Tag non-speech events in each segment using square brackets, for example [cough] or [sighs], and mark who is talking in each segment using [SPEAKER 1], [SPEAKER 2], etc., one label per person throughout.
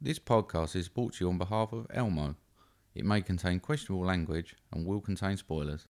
[SPEAKER 1] This podcast is brought to you on behalf of Elmo. It may contain questionable language and will contain spoilers.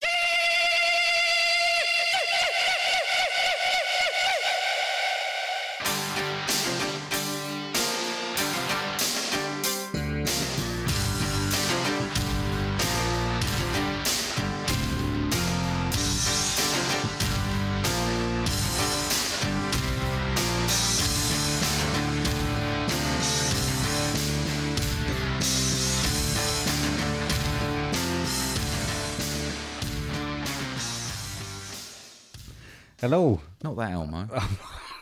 [SPEAKER 2] Hello.
[SPEAKER 1] Not that
[SPEAKER 2] [laughs]
[SPEAKER 1] Elmo.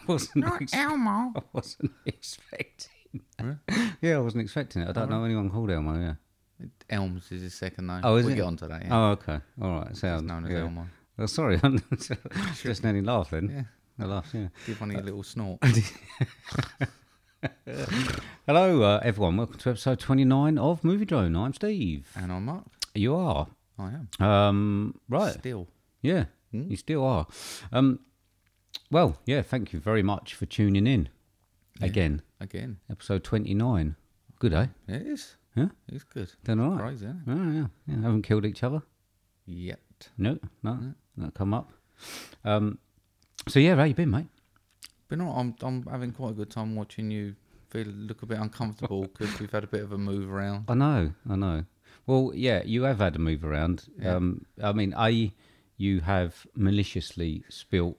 [SPEAKER 2] Wasn't ex-
[SPEAKER 1] Elmo.
[SPEAKER 2] I wasn't [laughs] expecting. That. Yeah, I wasn't expecting it. I don't know anyone called Elmo. Yeah.
[SPEAKER 1] Elms is his second name.
[SPEAKER 2] Oh, is
[SPEAKER 1] we'll
[SPEAKER 2] it?
[SPEAKER 1] get onto that. Yeah.
[SPEAKER 2] Oh, okay. All right. Sounds
[SPEAKER 1] known as
[SPEAKER 2] yeah.
[SPEAKER 1] Elmo.
[SPEAKER 2] Oh, sorry, [laughs] I'm just nearly laugh then. I laugh. Yeah.
[SPEAKER 1] Give one of your
[SPEAKER 2] [laughs]
[SPEAKER 1] little snort.
[SPEAKER 2] Hello, uh, everyone. Welcome to episode 29 of Movie Drone. I'm Steve.
[SPEAKER 1] and I'm up.
[SPEAKER 2] You are.
[SPEAKER 1] I am.
[SPEAKER 2] Um, right.
[SPEAKER 1] Still.
[SPEAKER 2] Yeah. You still are. Um, well, yeah. Thank you very much for tuning in. Again,
[SPEAKER 1] Again.
[SPEAKER 2] episode 29. Good, eh?
[SPEAKER 1] It is.
[SPEAKER 2] Yeah.
[SPEAKER 1] It's good.
[SPEAKER 2] Done all right.
[SPEAKER 1] Crazy, isn't it?
[SPEAKER 2] Oh, yeah. yeah. Haven't killed each other.
[SPEAKER 1] Yet.
[SPEAKER 2] No, no, not come up. Um, so yeah, how you been, mate?
[SPEAKER 1] But no, I'm, I'm having quite a good time watching you feel look a bit uncomfortable
[SPEAKER 2] [laughs]
[SPEAKER 1] because we've had a bit of a move around.
[SPEAKER 2] I know, I know. Well, yeah, you have had a move around. Um, I mean, a you have maliciously spilt.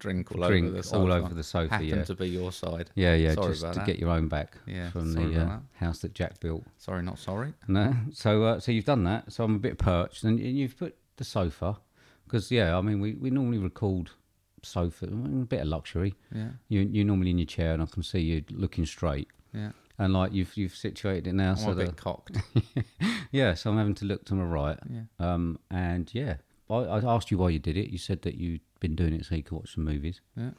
[SPEAKER 1] Drink all
[SPEAKER 2] Drink
[SPEAKER 1] over the sofa.
[SPEAKER 2] all over the sofa,
[SPEAKER 1] Happened
[SPEAKER 2] yeah.
[SPEAKER 1] to be your side.
[SPEAKER 2] Yeah, yeah,
[SPEAKER 1] Sorry
[SPEAKER 2] just
[SPEAKER 1] about
[SPEAKER 2] to
[SPEAKER 1] that.
[SPEAKER 2] get your own back
[SPEAKER 1] Yeah,
[SPEAKER 2] from
[SPEAKER 1] sorry
[SPEAKER 2] the
[SPEAKER 1] about
[SPEAKER 2] uh, house that Jack built.
[SPEAKER 1] Sorry, not sorry.
[SPEAKER 2] No, so uh, so you've done that. So I'm a bit perched, and, and you've put the sofa because yeah, I mean, we, we normally record sofa, mm, a bit of luxury.
[SPEAKER 1] Yeah,
[SPEAKER 2] You you're normally in your chair, and I can see you looking straight.
[SPEAKER 1] yeah.
[SPEAKER 2] and like you've you've situated it now
[SPEAKER 1] I'm
[SPEAKER 2] so
[SPEAKER 1] a bit
[SPEAKER 2] that
[SPEAKER 1] cocked.
[SPEAKER 2] yeah so i'm having to look to my right
[SPEAKER 1] [laughs] Yeah.
[SPEAKER 2] um and yeah I, I asked you why you did it you said that you'd been doing it so you could watch some movies
[SPEAKER 1] Yeah.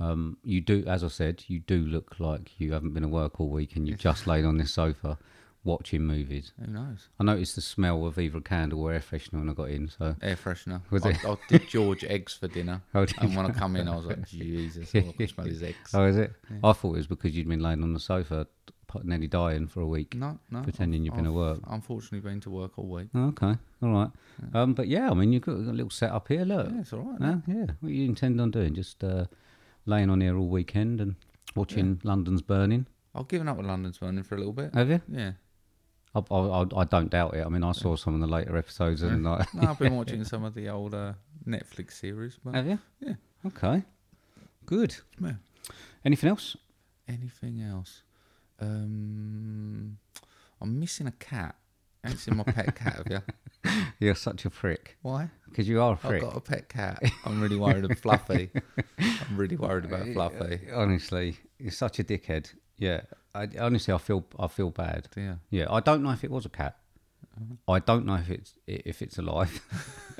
[SPEAKER 2] um you do as i said you do look like you haven't been at work all week and you've just laid
[SPEAKER 1] [laughs]
[SPEAKER 2] on this sofa watching movies
[SPEAKER 1] Who knows?
[SPEAKER 2] i noticed the smell of either a candle or air freshener when i got in so [laughs]
[SPEAKER 1] Air freshener.
[SPEAKER 2] Was
[SPEAKER 1] I, I did George eggs for dinner.
[SPEAKER 2] Oh, did
[SPEAKER 1] and when I come in, I was like, [laughs] Jesus, I can smell his [laughs] eggs.
[SPEAKER 2] oh is it i thought it was because you'd been laying on the sofa p- nearly dying for a week
[SPEAKER 1] No, no.
[SPEAKER 2] pretending you've been at
[SPEAKER 1] uh,
[SPEAKER 2] work
[SPEAKER 1] Unfortunately, been to work all week.
[SPEAKER 2] Oh, Okay, all right. Um, but yeah, I mean, you've got a little setup here. Look,
[SPEAKER 1] Yeah, it's all right.
[SPEAKER 2] yeah, yeah. What you intend on doing? Just uh, laying on here all weekend and watching London's burning?
[SPEAKER 1] I've given up with London's burning for a little bit.
[SPEAKER 2] Have you?
[SPEAKER 1] Yeah.
[SPEAKER 2] I, I, I, I don't doubt it. I mean, I saw some of the later episodes and like,
[SPEAKER 1] No, [laughs] I've been watching some of the old uh, Netflix series, but
[SPEAKER 2] [laughs] have you?
[SPEAKER 1] Yeah.
[SPEAKER 2] Okay. Good.
[SPEAKER 1] yeah.
[SPEAKER 2] Anything else?
[SPEAKER 1] anything else? Um, I'm missing a cat. I ain't seen my pet cat, have [laughs] you?
[SPEAKER 2] You're such a prick
[SPEAKER 1] Why?
[SPEAKER 2] because you are a
[SPEAKER 1] I've
[SPEAKER 2] prick.
[SPEAKER 1] got a pet [laughs] cat. I'm really worried about Fluffy. I'm really worried about Fluffy.
[SPEAKER 2] Honestly, you're such a dickhead. Yeah. I, honestly, I feel I feel bad.
[SPEAKER 1] Yeah.
[SPEAKER 2] Yeah, I don't know if it was a cat. I don't know if it's i- if it's alive. [laughs]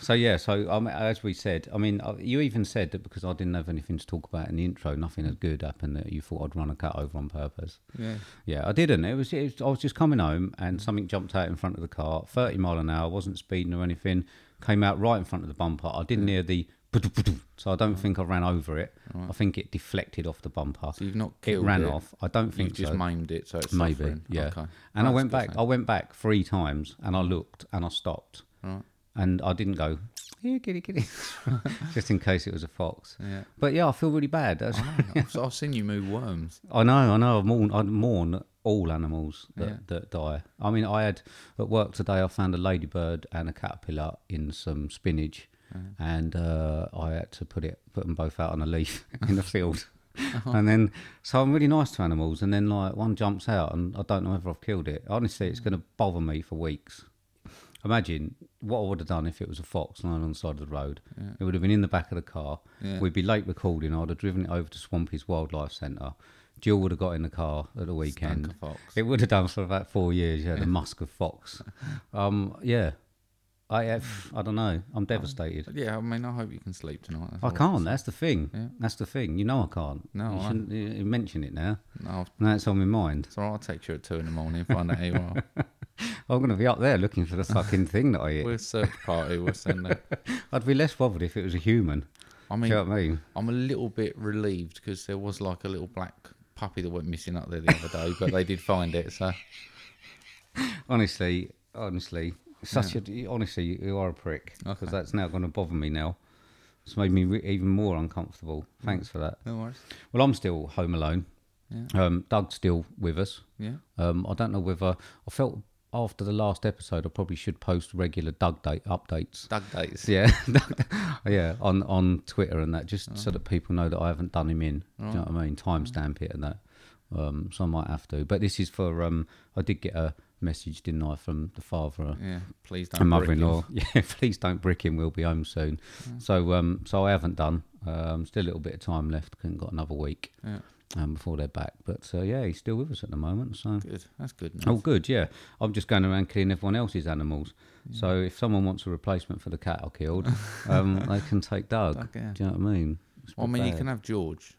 [SPEAKER 2] so yeah, so um, as we said, I mean, uh, you even said that because I didn't have anything to talk about in the intro, nothing had good happened. That you thought I'd run a cat over on purpose.
[SPEAKER 1] Yeah.
[SPEAKER 2] Yeah, I didn't. It was, it was I was just coming home and something jumped out in front of the car, thirty mile an hour. wasn't speeding or anything. Came out right in front of the bumper. I didn't hear the. So I don't think I ran over it. I think it deflected off the bumper.
[SPEAKER 1] So you've not
[SPEAKER 2] it
[SPEAKER 1] killed
[SPEAKER 2] ran
[SPEAKER 1] it.
[SPEAKER 2] off. I don't
[SPEAKER 1] You've
[SPEAKER 2] think
[SPEAKER 1] just
[SPEAKER 2] so.
[SPEAKER 1] maimed it, so it's
[SPEAKER 2] Maybe,
[SPEAKER 1] suffering.
[SPEAKER 2] yeah.
[SPEAKER 1] Okay.
[SPEAKER 2] And I
[SPEAKER 1] That's
[SPEAKER 2] went
[SPEAKER 1] good
[SPEAKER 2] back. I went back three times, and I looked, and I stopped,
[SPEAKER 1] Right.
[SPEAKER 2] and I didn't go. Here,
[SPEAKER 1] [laughs]
[SPEAKER 2] kitty, kitty, [laughs] just in case it was a fox.
[SPEAKER 1] Yeah.
[SPEAKER 2] [laughs] But yeah, I feel really bad. That's,
[SPEAKER 1] thing. I've, I've seen you move worms.
[SPEAKER 2] I know, I know. I mourn, I mourn all animals that,
[SPEAKER 1] Yeah.
[SPEAKER 2] that die. I mean, I had at work today. I found a ladybird and a caterpillar in some spinach, and uh, I had to put it put them both out on a leaf in the field. And then, so I'm really nice to animals, and then like one jumps out, and I don't know whether I've killed it. Honestly, it's going to bother me for weeks. Imagine what I would have done if it was a fox lying on the side of the road. It would have been in the back of the car.
[SPEAKER 1] Yeah.
[SPEAKER 2] We'd be late recording. I'd have driven it over to Swampy's Wildlife Centre. Jill would have got in the car at the weekend.
[SPEAKER 1] Dunker fox.
[SPEAKER 2] It would have done for about four years. Yeah, the musk of fox. Um, yeah, I, I, I don't know. I'm devastated.
[SPEAKER 1] Yeah, I mean, I hope you can sleep tonight. that's
[SPEAKER 2] I
[SPEAKER 1] all.
[SPEAKER 2] can't. That's the thing.
[SPEAKER 1] Yeah.
[SPEAKER 2] That's the thing. You know I can't.
[SPEAKER 1] No,
[SPEAKER 2] you
[SPEAKER 1] I-
[SPEAKER 2] shouldn't you- you mention it now.
[SPEAKER 1] No, I've-
[SPEAKER 2] Now it's on my mind.
[SPEAKER 1] it's all right. I'll text you at two in the morning and find out who you
[SPEAKER 2] [laughs]
[SPEAKER 1] are.
[SPEAKER 2] I'm going to be up there looking for the fucking thing that
[SPEAKER 1] [laughs]
[SPEAKER 2] I eat.
[SPEAKER 1] We'll search party. We'll send that.
[SPEAKER 2] I'd be less bothered if it was a human.
[SPEAKER 1] I mean,
[SPEAKER 2] Do you know what I mean?
[SPEAKER 1] I'm a little bit relieved because there was like a little black puppy that went missing up there the other day, but they did find it. So
[SPEAKER 2] Honestly, honestly, such a honestly, you are a prick because
[SPEAKER 1] Okay.
[SPEAKER 2] that's now going to bother me now. It's made me re- even more uncomfortable. Thanks for that.
[SPEAKER 1] no worries.
[SPEAKER 2] Well, I'm still home alone.
[SPEAKER 1] Yeah.
[SPEAKER 2] Um, Doug's still with us.
[SPEAKER 1] Yeah.
[SPEAKER 2] Um, I don't know whether I felt after the last episode I probably should post regular Doug date updates.
[SPEAKER 1] Dug dates.
[SPEAKER 2] [laughs] Yeah, yeah, on on Twitter and that, just
[SPEAKER 1] Oh.
[SPEAKER 2] so that people know that I haven't done him in. Do you know what I mean? Timestamp it and that. Um, so I might have to, but this is for. Um, I did get a message, didn't I, from the father
[SPEAKER 1] Yeah. Please don't.
[SPEAKER 2] and
[SPEAKER 1] brick him.
[SPEAKER 2] mother-in-law. [laughs] Yeah, please don't brick him. We'll be home soon. So, um, so I haven't done. Um, still a little bit of time left. Haven't got another week
[SPEAKER 1] Yeah.
[SPEAKER 2] um, before they're back. But uh, yeah, he's still with us at the moment. So
[SPEAKER 1] Good. That's good.
[SPEAKER 2] Oh,
[SPEAKER 1] News.
[SPEAKER 2] good. Yeah, I'm just going around killing everyone else's animals. So if someone wants a replacement for the cat I killed,
[SPEAKER 1] [laughs]
[SPEAKER 2] um, they can take Doug.
[SPEAKER 1] Doug, yeah.
[SPEAKER 2] Do you know what I mean? It's
[SPEAKER 1] Well, I
[SPEAKER 2] not
[SPEAKER 1] mean, you
[SPEAKER 2] bad.
[SPEAKER 1] can have George.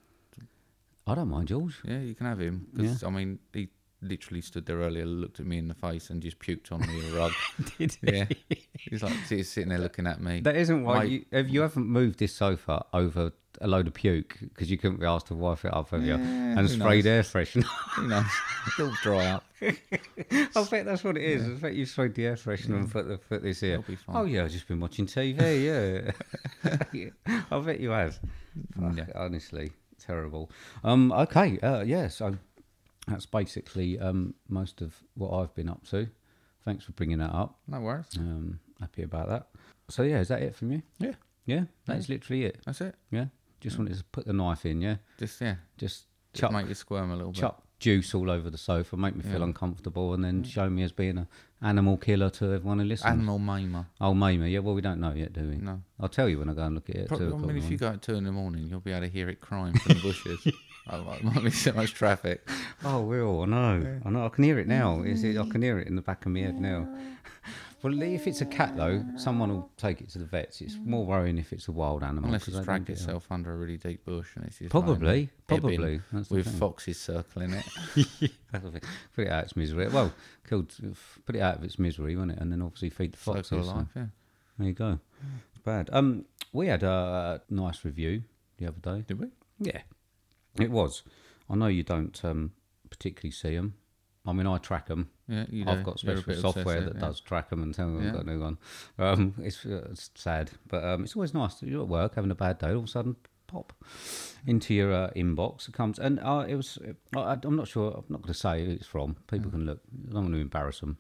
[SPEAKER 2] I don't mind George.
[SPEAKER 1] Yeah, you can have him. Because I mean, he literally stood there earlier, looked at me in the face, and just puked on me a rug.
[SPEAKER 2] [laughs] Did
[SPEAKER 1] Yeah. He's like he's sitting there looking at me.
[SPEAKER 2] That isn't why
[SPEAKER 1] Mate.
[SPEAKER 2] you if you haven't moved this sofa over a load of puke because you couldn't be asked to wipe it up, have you?
[SPEAKER 1] Yeah,
[SPEAKER 2] And
[SPEAKER 1] who
[SPEAKER 2] sprayed air freshener.
[SPEAKER 1] you know, he'll dry up.
[SPEAKER 2] Oh, I bet that's what it is. I bet you sprayed the air freshener and put, the, put this here.
[SPEAKER 1] It'll be fine.
[SPEAKER 2] Oh yeah, I've just been
[SPEAKER 1] [laughs]
[SPEAKER 2] watching TV. Yeah, I bet you have. Fuck,
[SPEAKER 1] Yeah.
[SPEAKER 2] Honestly, terrible. Um, okay, uh, yeah. So that's basically um, most of what I've been up to. Thanks for bringing that up.
[SPEAKER 1] No worries.
[SPEAKER 2] Um, happy about that. So yeah, is that it from you?
[SPEAKER 1] Yeah,
[SPEAKER 2] Yeah, that's literally it.
[SPEAKER 1] that's it.
[SPEAKER 2] Yeah, just wanted to put the knife in. Yeah,
[SPEAKER 1] Just yeah,
[SPEAKER 2] just
[SPEAKER 1] just
[SPEAKER 2] chuck
[SPEAKER 1] make you squirm a little bit.
[SPEAKER 2] chuck juice all over the sofa, make me feel uncomfortable, and then show me as being an animal killer to everyone who listens.
[SPEAKER 1] Animal mimer.
[SPEAKER 2] oh, Mama, yeah, well, we don't know yet, do we?
[SPEAKER 1] No.
[SPEAKER 2] I'll tell you when I go and look at it. at
[SPEAKER 1] Mm. Probably,
[SPEAKER 2] two
[SPEAKER 1] I
[SPEAKER 2] o'clock
[SPEAKER 1] mean,
[SPEAKER 2] in
[SPEAKER 1] if
[SPEAKER 2] the
[SPEAKER 1] you go at two in the morning, you'll be able to hear it crying from the
[SPEAKER 2] [laughs]
[SPEAKER 1] bushes. oh, like, might be so much traffic.
[SPEAKER 2] morning. oh, will, I know. I know, I can hear it now. Is it? I can hear it in the back of my head now. [laughs] Well, if it's a cat, though, someone will take it to the vets. It's more worrying if it's a wild animal.
[SPEAKER 1] Mm. Unless
[SPEAKER 2] 'cause
[SPEAKER 1] it's
[SPEAKER 2] they don't
[SPEAKER 1] dragged
[SPEAKER 2] get out.
[SPEAKER 1] itself under a really deep bush and it's just lying
[SPEAKER 2] Probably,
[SPEAKER 1] there, bibbing
[SPEAKER 2] probably. That's the
[SPEAKER 1] with
[SPEAKER 2] thing.
[SPEAKER 1] foxes circling it.
[SPEAKER 2] That's the thing. Put it out of its misery. Well, killed. Put it out of its misery, won't it? And then obviously feed the foxes.
[SPEAKER 1] Circle of
[SPEAKER 2] so-
[SPEAKER 1] life, yeah.
[SPEAKER 2] There you go. It's bad. Um, we had a nice review the other day.
[SPEAKER 1] Did we?
[SPEAKER 2] Yeah, it was. I know you don't um, particularly see them. I mean, I track them.
[SPEAKER 1] Yeah, you
[SPEAKER 2] I've
[SPEAKER 1] do.
[SPEAKER 2] got
[SPEAKER 1] You're a
[SPEAKER 2] special
[SPEAKER 1] bit
[SPEAKER 2] software
[SPEAKER 1] obsessive,
[SPEAKER 2] that
[SPEAKER 1] yeah.
[SPEAKER 2] does track them and tell me
[SPEAKER 1] Yeah.
[SPEAKER 2] I've got a new one. Um, it's, uh, it's sad, but um, it's always nice. You're at work having a bad day, all of a sudden, pop into your uh, inbox. It comes, and uh, it was. I, I- I'm not sure. I'm not going to say who it's from.
[SPEAKER 1] Mm.
[SPEAKER 2] People can look. I don't want to embarrass them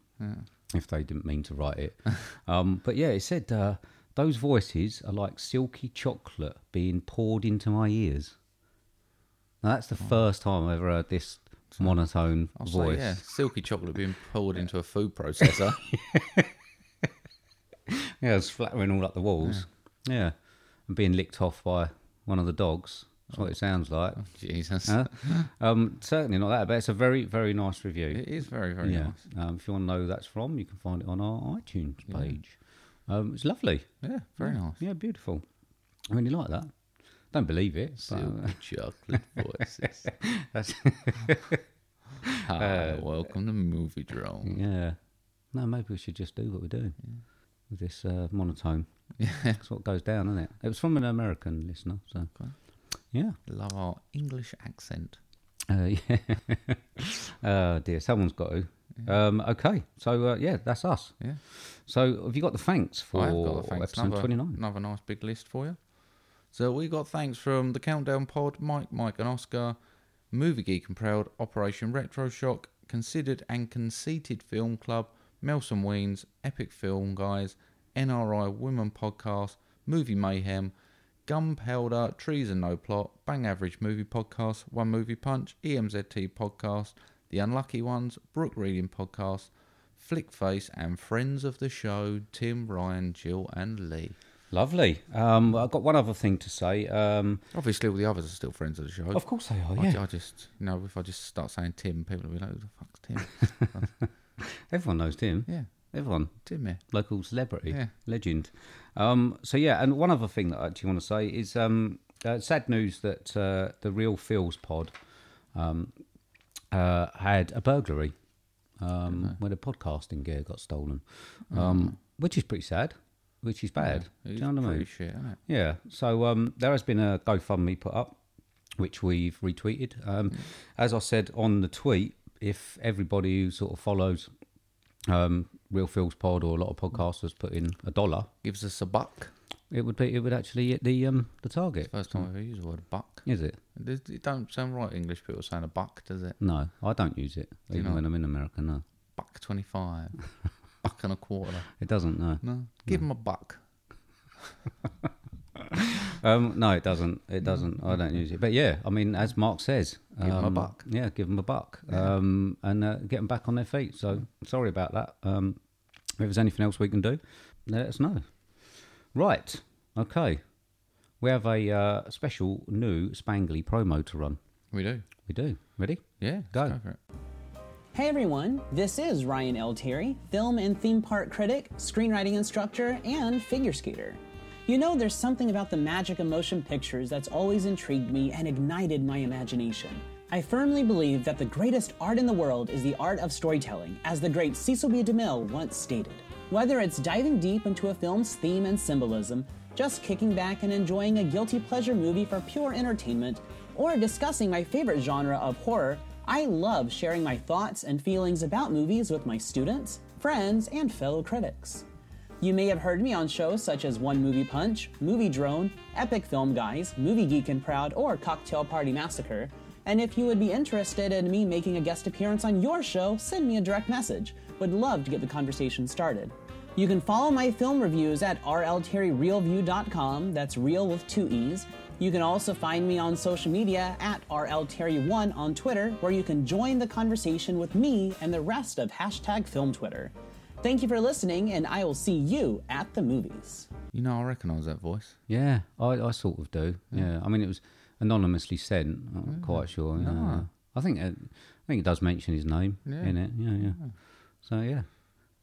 [SPEAKER 2] if they didn't mean to
[SPEAKER 1] [laughs]
[SPEAKER 2] write it. um, but yeah, it said uh, those voices are like silky chocolate being poured into my ears. Now that's the first time I've ever heard this monotone
[SPEAKER 1] I'll say,
[SPEAKER 2] voice.
[SPEAKER 1] yeah, silky chocolate being poured into a food processor.
[SPEAKER 2] [laughs]
[SPEAKER 1] Oh,
[SPEAKER 2] Yeah, it's flattering all up the walls. Yeah. And being licked off by one of the dogs. That's what it sounds like.
[SPEAKER 1] Jesus.
[SPEAKER 2] Huh? um, certainly not that, but it's a very, very nice review.
[SPEAKER 1] It is very, very
[SPEAKER 2] yeah.
[SPEAKER 1] nice.
[SPEAKER 2] Um, if you want to know who that's from, you can find it on our iTunes page. Um, it's lovely.
[SPEAKER 1] Yeah, very nice.
[SPEAKER 2] Yeah, beautiful. I really like that. Don't believe it. but, uh,
[SPEAKER 1] Silky chocolate voices.
[SPEAKER 2] that's,
[SPEAKER 1] [laughs]
[SPEAKER 2] Uh,
[SPEAKER 1] Hi, welcome to Movie Drone.
[SPEAKER 2] [laughs] yeah. No, maybe we should just do what we're doing with this uh, monotone.
[SPEAKER 1] [laughs] Yeah.
[SPEAKER 2] That's what goes down, isn't it? It was from an American listener, so
[SPEAKER 1] Okay. [laughs]
[SPEAKER 2] yeah.
[SPEAKER 1] Love our English accent.
[SPEAKER 2] Uh, yeah. [laughs] oh dear, someone's got to. Um, okay, so uh, yeah, that's us.
[SPEAKER 1] Yeah.
[SPEAKER 2] So have you got the thanks for
[SPEAKER 1] I have got the thanks.
[SPEAKER 2] episode
[SPEAKER 1] Another,
[SPEAKER 2] twenty nine?
[SPEAKER 1] another nice big list for you. So we got thanks from the Countdown Pod, Mike, Mike and Oscar, Movie Geek and Proud, Operation Retro Shock, Considered and Conceited Film Club, Melson Weens, Epic Film Guys, NRI Women Podcast, Movie Mayhem, Gunpowder, Trees and No Plot, Bang Average Movie Podcast, One Movie Punch, E EMZT Podcast, The Unlucky Ones, Brook Reading Podcast, Flickface, and friends of the show, Tim, Ryan, Jill, and Lee.
[SPEAKER 2] Lovely. Um, I've got one other thing to say. Um,
[SPEAKER 1] Obviously, all the others are still friends of the show.
[SPEAKER 2] of course they are.
[SPEAKER 1] I,
[SPEAKER 2] Yeah,
[SPEAKER 1] I just, you know, if I just start saying Tim, people will be like, who the fuck's
[SPEAKER 2] [laughs]
[SPEAKER 1] Tim?
[SPEAKER 2] everyone knows Tim.
[SPEAKER 1] yeah,
[SPEAKER 2] Everyone,
[SPEAKER 1] Timmy.
[SPEAKER 2] local celebrity,
[SPEAKER 1] Yeah.
[SPEAKER 2] legend. Um, so yeah, and one other thing that I actually want to say is um, uh, sad news that uh, the Real Feels Pod um, uh, had a burglary um, when a podcasting gear got stolen, um, which is pretty sad, which is bad.
[SPEAKER 1] It's
[SPEAKER 2] Do you know what I
[SPEAKER 1] pretty
[SPEAKER 2] mean?
[SPEAKER 1] shit, isn't it?
[SPEAKER 2] Yeah. So um, there has been a GoFundMe put up which we've retweeted. Um, As I said on the tweet, if everybody who sort of follows um, Real Feels Pod or a lot of podcasters put in a dollar,
[SPEAKER 1] Gives us a buck.
[SPEAKER 2] it would be it would actually hit the um, the target.
[SPEAKER 1] First time I've ever used the word buck.
[SPEAKER 2] Is it?
[SPEAKER 1] It it don't sound right English people saying a buck, does it?
[SPEAKER 2] No, I don't use it
[SPEAKER 1] you
[SPEAKER 2] even
[SPEAKER 1] not?
[SPEAKER 2] when I'm in America. No,
[SPEAKER 1] Buck
[SPEAKER 2] [laughs]
[SPEAKER 1] 25. buck and a quarter.
[SPEAKER 2] it doesn't. No,
[SPEAKER 1] No. Give them a buck.
[SPEAKER 2] Um, no, it doesn't. It doesn't. I don't use it. But yeah, I mean, as Mark says,
[SPEAKER 1] Mm. Give 'em a
[SPEAKER 2] um,
[SPEAKER 1] buck.
[SPEAKER 2] Yeah, give them a buck, um, and uh, get them back on their feet. So sorry about that. Um, if there's anything else we can do, let us know. Right. Okay. We have a uh, special new spangly promo to run.
[SPEAKER 1] We do.
[SPEAKER 2] We do. Ready?
[SPEAKER 1] Yeah. let's
[SPEAKER 2] Go.
[SPEAKER 1] Go for it.
[SPEAKER 3] Hey everyone, this is Ryan L. Terry, film and theme park critic, screenwriting instructor, and figure skater. You know, there's something about the magic of motion pictures that's always intrigued me and ignited my imagination. I firmly believe that the greatest art in the world is the art of storytelling, as the great Cecil B. DeMille once stated. Whether it's diving deep into a film's theme and symbolism, just kicking back and enjoying a guilty pleasure movie for pure entertainment, or discussing my favorite genre of horror, I love sharing my thoughts and feelings about movies with my students, friends, and fellow critics. You may have heard me on shows such as One Movie Punch, Movie Drone, Epic Film Guys, Movie Geek and Proud, or Cocktail Party Massacre. And if you would be interested in me making a guest appearance on your show, send me a direct message. Would love to get the conversation started. You can follow my film reviews at rlterryrealview.com, that's real with two E's. You can also find me on social media at rlterry1 on Twitter, where you can join the conversation with me and the rest of hashtag film Twitter. Thank you for listening, and I will see you at the movies.
[SPEAKER 1] You know, I recognise that voice.
[SPEAKER 2] Yeah, I, I sort of do. Yeah, I mean, it was anonymously sent. I'm not quite sure. Yeah.
[SPEAKER 1] Ah.
[SPEAKER 2] I think it, I think it does mention his name in it. Yeah, yeah.
[SPEAKER 1] Ah.
[SPEAKER 2] So yeah,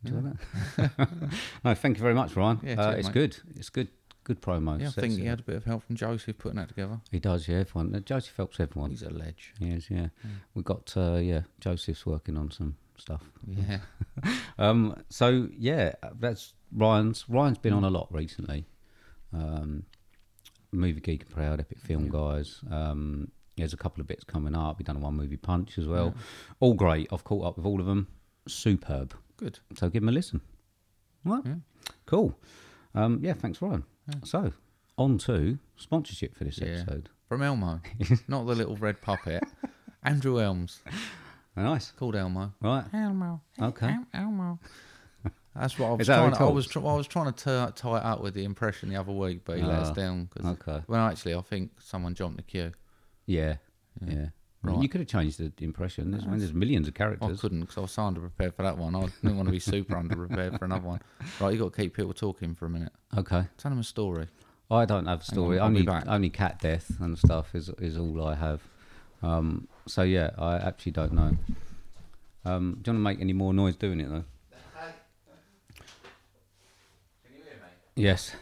[SPEAKER 2] enjoy that.
[SPEAKER 1] [laughs]
[SPEAKER 2] [laughs] no, thank you very much, Ryan.
[SPEAKER 1] Yeah,
[SPEAKER 2] uh,
[SPEAKER 1] cheers,
[SPEAKER 2] it's
[SPEAKER 1] mate.
[SPEAKER 2] good. It's good. Good promo.
[SPEAKER 1] Yeah, I
[SPEAKER 2] Sets
[SPEAKER 1] think he
[SPEAKER 2] it.
[SPEAKER 1] had a bit of help from Joseph putting that together.
[SPEAKER 2] He does. Yeah, everyone. Uh, Joseph helps everyone.
[SPEAKER 1] He's a ledge.
[SPEAKER 2] He is. Yeah, we got. Uh, yeah, Joseph's working on some stuff.
[SPEAKER 1] Yeah.
[SPEAKER 2] Um, so yeah, that's Ryan's. Ryan's been on a lot recently. Um, movie geek and proud, epic film guys. Um, there's a couple of bits coming up. We've done one movie punch as well. All great. I've caught up with all of them. Superb.
[SPEAKER 1] Good.
[SPEAKER 2] So give them a listen. All Right. Cool. Um, yeah. Thanks, Ryan. So on to sponsorship for this
[SPEAKER 1] Yeah.
[SPEAKER 2] episode.
[SPEAKER 1] From Elmo.
[SPEAKER 2] [laughs]
[SPEAKER 1] Not the little red puppet. Andrew Elms.
[SPEAKER 2] Nice.
[SPEAKER 1] Called Elmo.
[SPEAKER 2] Right.
[SPEAKER 1] Elmo.
[SPEAKER 2] Okay.
[SPEAKER 1] El- Elmo. [laughs] That's what I was
[SPEAKER 2] Is that how he
[SPEAKER 1] trying. To, I
[SPEAKER 2] talks?
[SPEAKER 1] was tr- I was trying to t- tie it up with the impression the other week, but he let us
[SPEAKER 2] Ah,
[SPEAKER 1] down. Cause
[SPEAKER 2] okay.
[SPEAKER 1] Well, actually, I think someone jumped the queue.
[SPEAKER 2] Yeah. Yeah.
[SPEAKER 1] Right.
[SPEAKER 2] You could have changed the impression. There's, I mean, there's millions of
[SPEAKER 1] I
[SPEAKER 2] characters.
[SPEAKER 1] couldn't because I was so underprepared for that one. I didn't
[SPEAKER 2] [laughs]
[SPEAKER 1] want to be super underprepared for another one. Right, you got to keep people talking for a minute.
[SPEAKER 2] Okay.
[SPEAKER 1] Tell them a story.
[SPEAKER 2] I don't have a story.
[SPEAKER 1] I'll be
[SPEAKER 2] only
[SPEAKER 1] back.
[SPEAKER 2] only cat death and stuff is is all I have. Um, so yeah, I actually don't know. Um, do you want to make any more noise doing it though? Yes.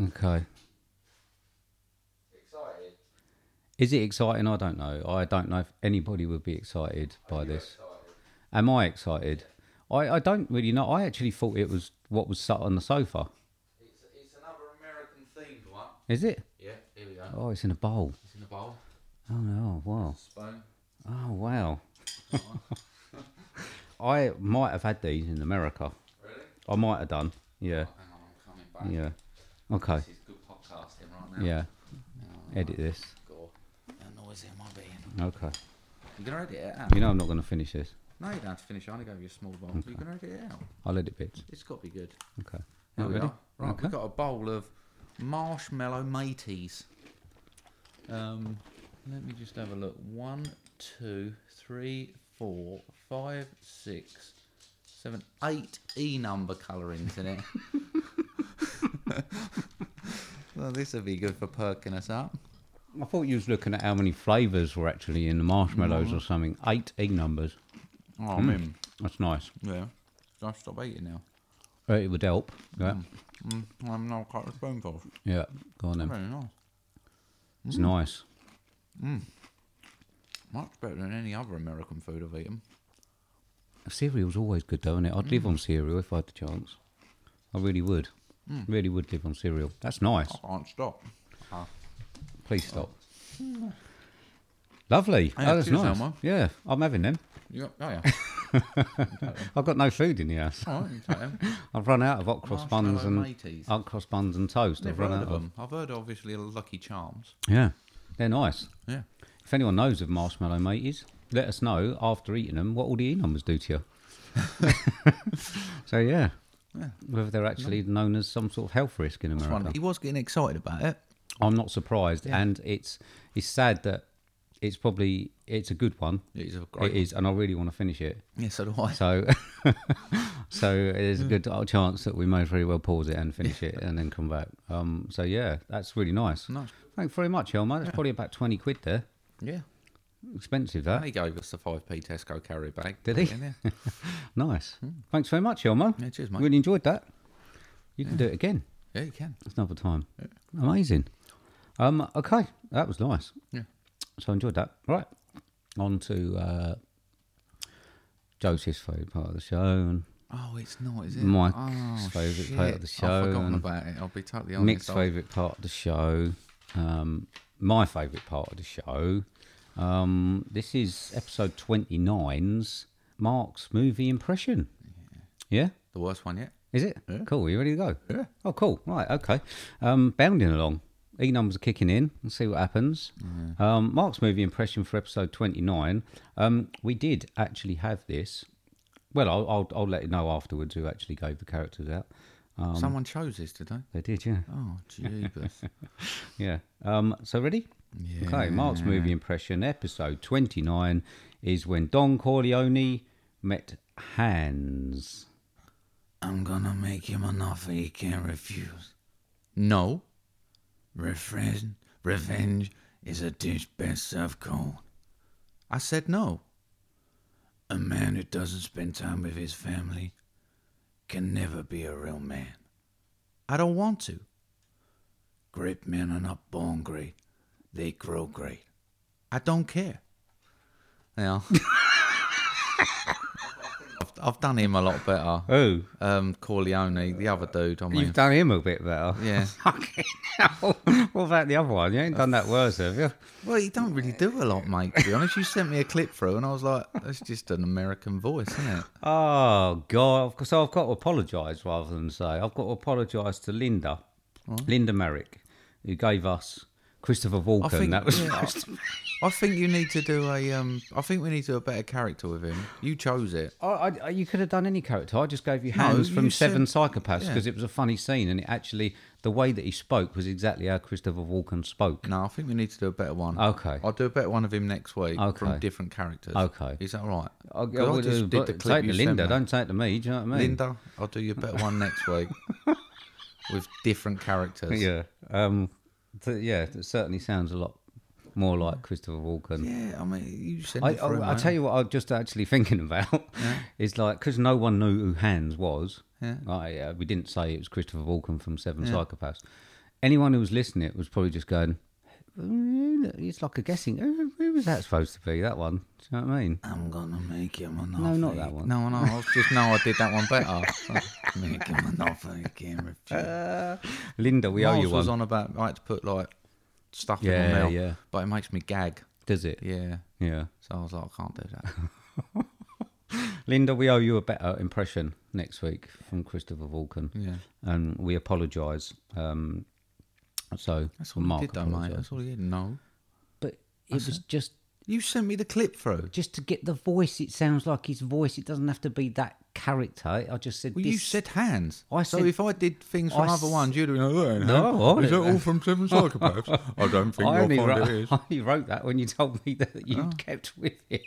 [SPEAKER 2] Okay.
[SPEAKER 1] Excited.
[SPEAKER 2] Is it exciting? I don't know. I don't know if anybody would be excited by this. Am I excited? I, I don't really know. I actually thought it was what was sat on the sofa.
[SPEAKER 1] It's, it's another American themed one.
[SPEAKER 2] Is it?
[SPEAKER 1] Yeah, here we go.
[SPEAKER 2] Oh, it's in a bowl.
[SPEAKER 1] It's in a bowl.
[SPEAKER 2] Oh no! Wow.
[SPEAKER 1] Spoon.
[SPEAKER 2] Oh wow! [laughs] I might have had these in America.
[SPEAKER 1] Really?
[SPEAKER 2] I might have done. Yeah,
[SPEAKER 1] Oh, Hang on, I'm coming back.
[SPEAKER 2] yeah. Okay.
[SPEAKER 1] This is good podcasting right now. Oh,
[SPEAKER 2] Yeah. Edit this.
[SPEAKER 1] God, how noisy am I being?
[SPEAKER 2] Okay.
[SPEAKER 1] You gonna edit it out?
[SPEAKER 2] You know I'm not going to finish this.
[SPEAKER 1] No, you don't have to finish. I only gave you a small bowl. You're gonna edit it out.
[SPEAKER 2] I'll edit bits.
[SPEAKER 1] It's got to be good.
[SPEAKER 2] Okay.
[SPEAKER 1] There
[SPEAKER 2] Right,
[SPEAKER 1] we
[SPEAKER 2] ready?
[SPEAKER 1] are. Right,
[SPEAKER 2] Okay.
[SPEAKER 1] we've got a bowl of marshmallow mateys. Um, let me just have a look. One, two, three, four, five, six, seven, eight E number colourings in it. [laughs] well, this would be good for perking us up.
[SPEAKER 2] I thought you was looking at how many flavours were actually in the marshmallows
[SPEAKER 1] Mm-hmm.
[SPEAKER 2] or something. Eight E numbers.
[SPEAKER 1] Oh, I mean,
[SPEAKER 2] That's nice.
[SPEAKER 1] yeah. Do I have to stop eating now?
[SPEAKER 2] Uh, It would help. Yeah.
[SPEAKER 1] Mm, I'm now quite a spoonful.
[SPEAKER 2] Yeah. Go on then.
[SPEAKER 1] Very nice.
[SPEAKER 2] It's
[SPEAKER 1] Mm.
[SPEAKER 2] nice.
[SPEAKER 1] Much better than any other American food I've eaten.
[SPEAKER 2] Cereal's always good, though, isn't it? I'd
[SPEAKER 1] Mm.
[SPEAKER 2] live on cereal if I had the chance.
[SPEAKER 1] Mm. Oh.
[SPEAKER 2] Oh. I really would. Really would live on cereal. That's nice.
[SPEAKER 1] I can't stop.
[SPEAKER 2] Please stop. Lovely.
[SPEAKER 1] Yeah,
[SPEAKER 2] oh, that's
[SPEAKER 1] Mm. cheers,
[SPEAKER 2] nice.
[SPEAKER 1] Elmo.
[SPEAKER 2] Yeah, I'm having them.
[SPEAKER 1] You got, oh yeah.
[SPEAKER 2] [laughs] I've got no food in the house.
[SPEAKER 1] All right, you take them.
[SPEAKER 2] I've run out of hot cross buns
[SPEAKER 1] Marshmallow
[SPEAKER 2] and
[SPEAKER 1] mateys.
[SPEAKER 2] hot cross buns and toast. I've
[SPEAKER 1] Never
[SPEAKER 2] run
[SPEAKER 1] heard
[SPEAKER 2] out
[SPEAKER 1] of them. I've heard obviously of Lucky Charms.
[SPEAKER 2] Yeah, they're nice.
[SPEAKER 1] Yeah.
[SPEAKER 2] If anyone knows of marshmallow mateys, let us know after eating them what all the E numbers do to you.
[SPEAKER 1] [laughs]
[SPEAKER 2] [laughs] so yeah. whether they're actually known as some sort of health risk in
[SPEAKER 1] One-
[SPEAKER 2] America.
[SPEAKER 1] He was getting excited about it.
[SPEAKER 2] I'm not surprised, and it's it's sad that it's probably it's a good one.
[SPEAKER 1] It is a great
[SPEAKER 2] It is, and I really want to finish it.
[SPEAKER 1] Yeah, so do I.
[SPEAKER 2] So, [laughs] so there's
[SPEAKER 1] Mm.
[SPEAKER 2] a good chance that we may very well pause it and finish it, and then come back. Um, so yeah, that's really nice.
[SPEAKER 1] Nice.
[SPEAKER 2] Thanks very much, Elmo. That's probably about twenty quid there.
[SPEAKER 1] Yeah.
[SPEAKER 2] Expensive
[SPEAKER 1] And
[SPEAKER 2] that.
[SPEAKER 1] he gave us the 5p Tesco carry bag.
[SPEAKER 2] Did
[SPEAKER 1] Put it
[SPEAKER 2] he?
[SPEAKER 1] in there.
[SPEAKER 2] Nice. Thanks very much, Elmo.
[SPEAKER 1] Mm. Yeah, cheers, mate.
[SPEAKER 2] Really enjoyed that. You can do it again.
[SPEAKER 1] [laughs] Yeah, you can.
[SPEAKER 2] It's another time. Amazing. Um, okay, that was nice.
[SPEAKER 1] Yeah.
[SPEAKER 2] So I enjoyed that. Right. On to uh, Joseph's favourite part of the show. And
[SPEAKER 1] Oh, it's not, is it?
[SPEAKER 2] Mike's
[SPEAKER 1] oh,
[SPEAKER 2] favourite part of the
[SPEAKER 1] shit. I've
[SPEAKER 2] show
[SPEAKER 1] forgotten
[SPEAKER 2] and
[SPEAKER 1] about it. I'll be totally honest.
[SPEAKER 2] Mick's
[SPEAKER 1] I've-
[SPEAKER 2] favourite part of the show. Um, my favourite part of the show. Um, this is episode 29's Mark's movie impression. yeah?
[SPEAKER 1] The worst one yet.
[SPEAKER 2] Is it?
[SPEAKER 1] Yeah.
[SPEAKER 2] Cool. You ready to go?
[SPEAKER 1] Yeah.
[SPEAKER 2] Oh, cool. Right. Okay. Um, bounding along. E numbers are kicking in. Let's see what happens. Um, Mark's movie impression for episode 29. Um, we did actually have this. Well, I'll, I'll, I'll let you know afterwards who actually gave the characters out. Um,
[SPEAKER 1] Someone chose this, did they?
[SPEAKER 2] they did, [laughs] yeah.
[SPEAKER 1] Oh, jeebus.
[SPEAKER 2] Yeah. Um, so, ready?
[SPEAKER 1] yeah.
[SPEAKER 2] Okay. Mark's movie impression, episode 29, is when Don Corleone met Hans.
[SPEAKER 1] I'm gonna make him an offer he can't refuse. No. Refresh, revenge is a dish best served cold. I said no. A man who doesn't spend time with his family can never be a real man. I don't want to. Great men are not born great, they grow great. I don't care. Yeah. I've, [laughs] I've done him a lot better.
[SPEAKER 2] Oh,
[SPEAKER 1] Um, Corleone, the other dude. I mean,
[SPEAKER 2] you've done him a bit better. [laughs]
[SPEAKER 1] yeah.
[SPEAKER 2] Fucking hell. What about the other one? You ain't done that worse, have you?
[SPEAKER 1] Well, you don't really do a lot, mate. To be honest, you sent me a clip through, and I was like, "That's just an American voice, isn't it?"
[SPEAKER 2] Oh, God. I've- So I've got to apologise rather than say. I've got to apologise to Linda, Linda Merrick, who gave us Christopher Walken.
[SPEAKER 1] I think
[SPEAKER 2] that [laughs] was.
[SPEAKER 1] yeah, I, I think you need to do a. Um, I think we need to do a better character with him. You chose it.
[SPEAKER 2] I, I, I- you could have done any character. I just gave you hands from
[SPEAKER 1] you
[SPEAKER 2] Seven Psychopaths
[SPEAKER 1] yeah.
[SPEAKER 2] because it was a funny scene, and it actually the way that he spoke was exactly how Christopher Walken spoke.
[SPEAKER 1] No, I think we need to do a better one.
[SPEAKER 2] Okay.
[SPEAKER 1] I'll do a better one of him next week
[SPEAKER 2] Okay.
[SPEAKER 1] from different characters.
[SPEAKER 2] Okay.
[SPEAKER 1] Is that all right?
[SPEAKER 2] I, I
[SPEAKER 1] 'Cause
[SPEAKER 2] would
[SPEAKER 1] just
[SPEAKER 2] have-
[SPEAKER 1] did the
[SPEAKER 2] but
[SPEAKER 1] clip
[SPEAKER 2] take
[SPEAKER 1] you
[SPEAKER 2] to
[SPEAKER 1] sent
[SPEAKER 2] Linda,
[SPEAKER 1] me.
[SPEAKER 2] don't take to me. Do you know what I mean?
[SPEAKER 1] Linda, I'll do you a better one next
[SPEAKER 2] [laughs]
[SPEAKER 1] week with different characters.
[SPEAKER 2] Yeah. Um, th- yeah, it certainly sounds a lot more like Christopher Walken.
[SPEAKER 1] Yeah, eh? I mean, you sent
[SPEAKER 2] I,
[SPEAKER 1] it through.
[SPEAKER 2] I, I
[SPEAKER 1] mate.
[SPEAKER 2] tell you what, I was just actually [laughs] thinking about is like because no one knew who Hans was.
[SPEAKER 1] Yeah.
[SPEAKER 2] I, uh, we didn't say it was Christopher Walken from Seven Psychopaths. Anyone who was listening was probably just going, "Who- "It's like a guessing. Who, who was that supposed to be? That one? Do you know what I mean?
[SPEAKER 1] I'm gonna make him an
[SPEAKER 2] No,
[SPEAKER 1] offer.
[SPEAKER 2] not
[SPEAKER 1] he-
[SPEAKER 2] that one.
[SPEAKER 1] No, no, I was just no, I did that one better. [laughs] make him an offer he can't refuse.
[SPEAKER 2] Linda, we owe
[SPEAKER 1] Uh, Miles
[SPEAKER 2] you
[SPEAKER 1] was
[SPEAKER 2] one.
[SPEAKER 1] on about I had to put like stuff in my
[SPEAKER 2] Yeah,
[SPEAKER 1] mouth,
[SPEAKER 2] yeah.
[SPEAKER 1] but it makes me gag.
[SPEAKER 2] Does it?
[SPEAKER 1] Yeah,
[SPEAKER 2] yeah.
[SPEAKER 1] so I was like, I can't do that.
[SPEAKER 2] [laughs] Linda, we owe you a better impression next week from Christopher Walken.
[SPEAKER 1] Yeah.
[SPEAKER 2] And we apologise. Um, so
[SPEAKER 1] That's all
[SPEAKER 2] Mark
[SPEAKER 1] he did, though, mate.
[SPEAKER 2] apologised.
[SPEAKER 1] That's all he did. No,
[SPEAKER 2] But it was just
[SPEAKER 1] you sent me the clip through.
[SPEAKER 2] just to get the voice. It sounds like his voice. It doesn't have to be that character. I just said
[SPEAKER 1] Well,
[SPEAKER 2] this.
[SPEAKER 1] you said hands.
[SPEAKER 2] I
[SPEAKER 1] so
[SPEAKER 2] said-
[SPEAKER 1] if I did things from
[SPEAKER 2] I
[SPEAKER 1] other
[SPEAKER 2] s-
[SPEAKER 1] ones, you'd have been like, "Oh, ain't
[SPEAKER 2] No,
[SPEAKER 1] hands.
[SPEAKER 2] I
[SPEAKER 1] is that
[SPEAKER 2] didn't.
[SPEAKER 1] all from Seven Psychopaths?
[SPEAKER 2] [laughs]
[SPEAKER 1] I don't think
[SPEAKER 2] I
[SPEAKER 1] you'll
[SPEAKER 2] only,
[SPEAKER 1] find it
[SPEAKER 2] wrote, [laughs]
[SPEAKER 1] is.
[SPEAKER 2] I only wrote that when you told me that
[SPEAKER 1] Oh.
[SPEAKER 2] you would kept with it.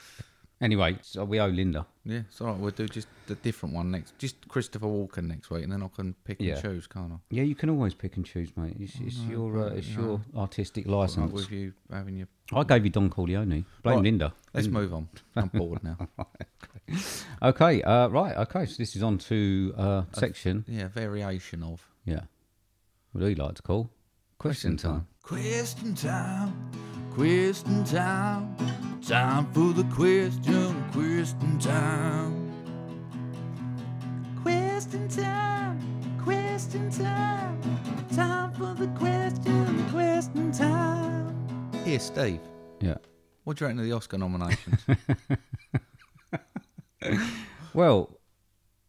[SPEAKER 2] [laughs] anyway, so we owe Linda.
[SPEAKER 1] Yeah, it's all right. We'll do just a different one next. Just Christopher Walken next week, and then I can pick
[SPEAKER 2] Yeah.
[SPEAKER 1] and choose, can't I?
[SPEAKER 2] Yeah, you can always pick and choose, mate. It's, it's
[SPEAKER 1] Oh,
[SPEAKER 2] your uh, it's your artistic
[SPEAKER 1] Right,
[SPEAKER 2] license.
[SPEAKER 1] with you having your.
[SPEAKER 2] I gave you Don Corleone. Blame
[SPEAKER 1] Right,
[SPEAKER 2] Linda.
[SPEAKER 1] Let's move on. I'm bored now.
[SPEAKER 2] Okay, uh, right. Okay, so this is on to uh, section.
[SPEAKER 1] Yeah, variation of
[SPEAKER 2] Yeah, what do you like to call question time?
[SPEAKER 1] Question time. Question time. Time for the question. Question time. Question time. Question time. Time for the question, question time. Here, Steve,
[SPEAKER 2] Yeah.
[SPEAKER 1] what do you reckon of the Oscar nominations?
[SPEAKER 2] Well,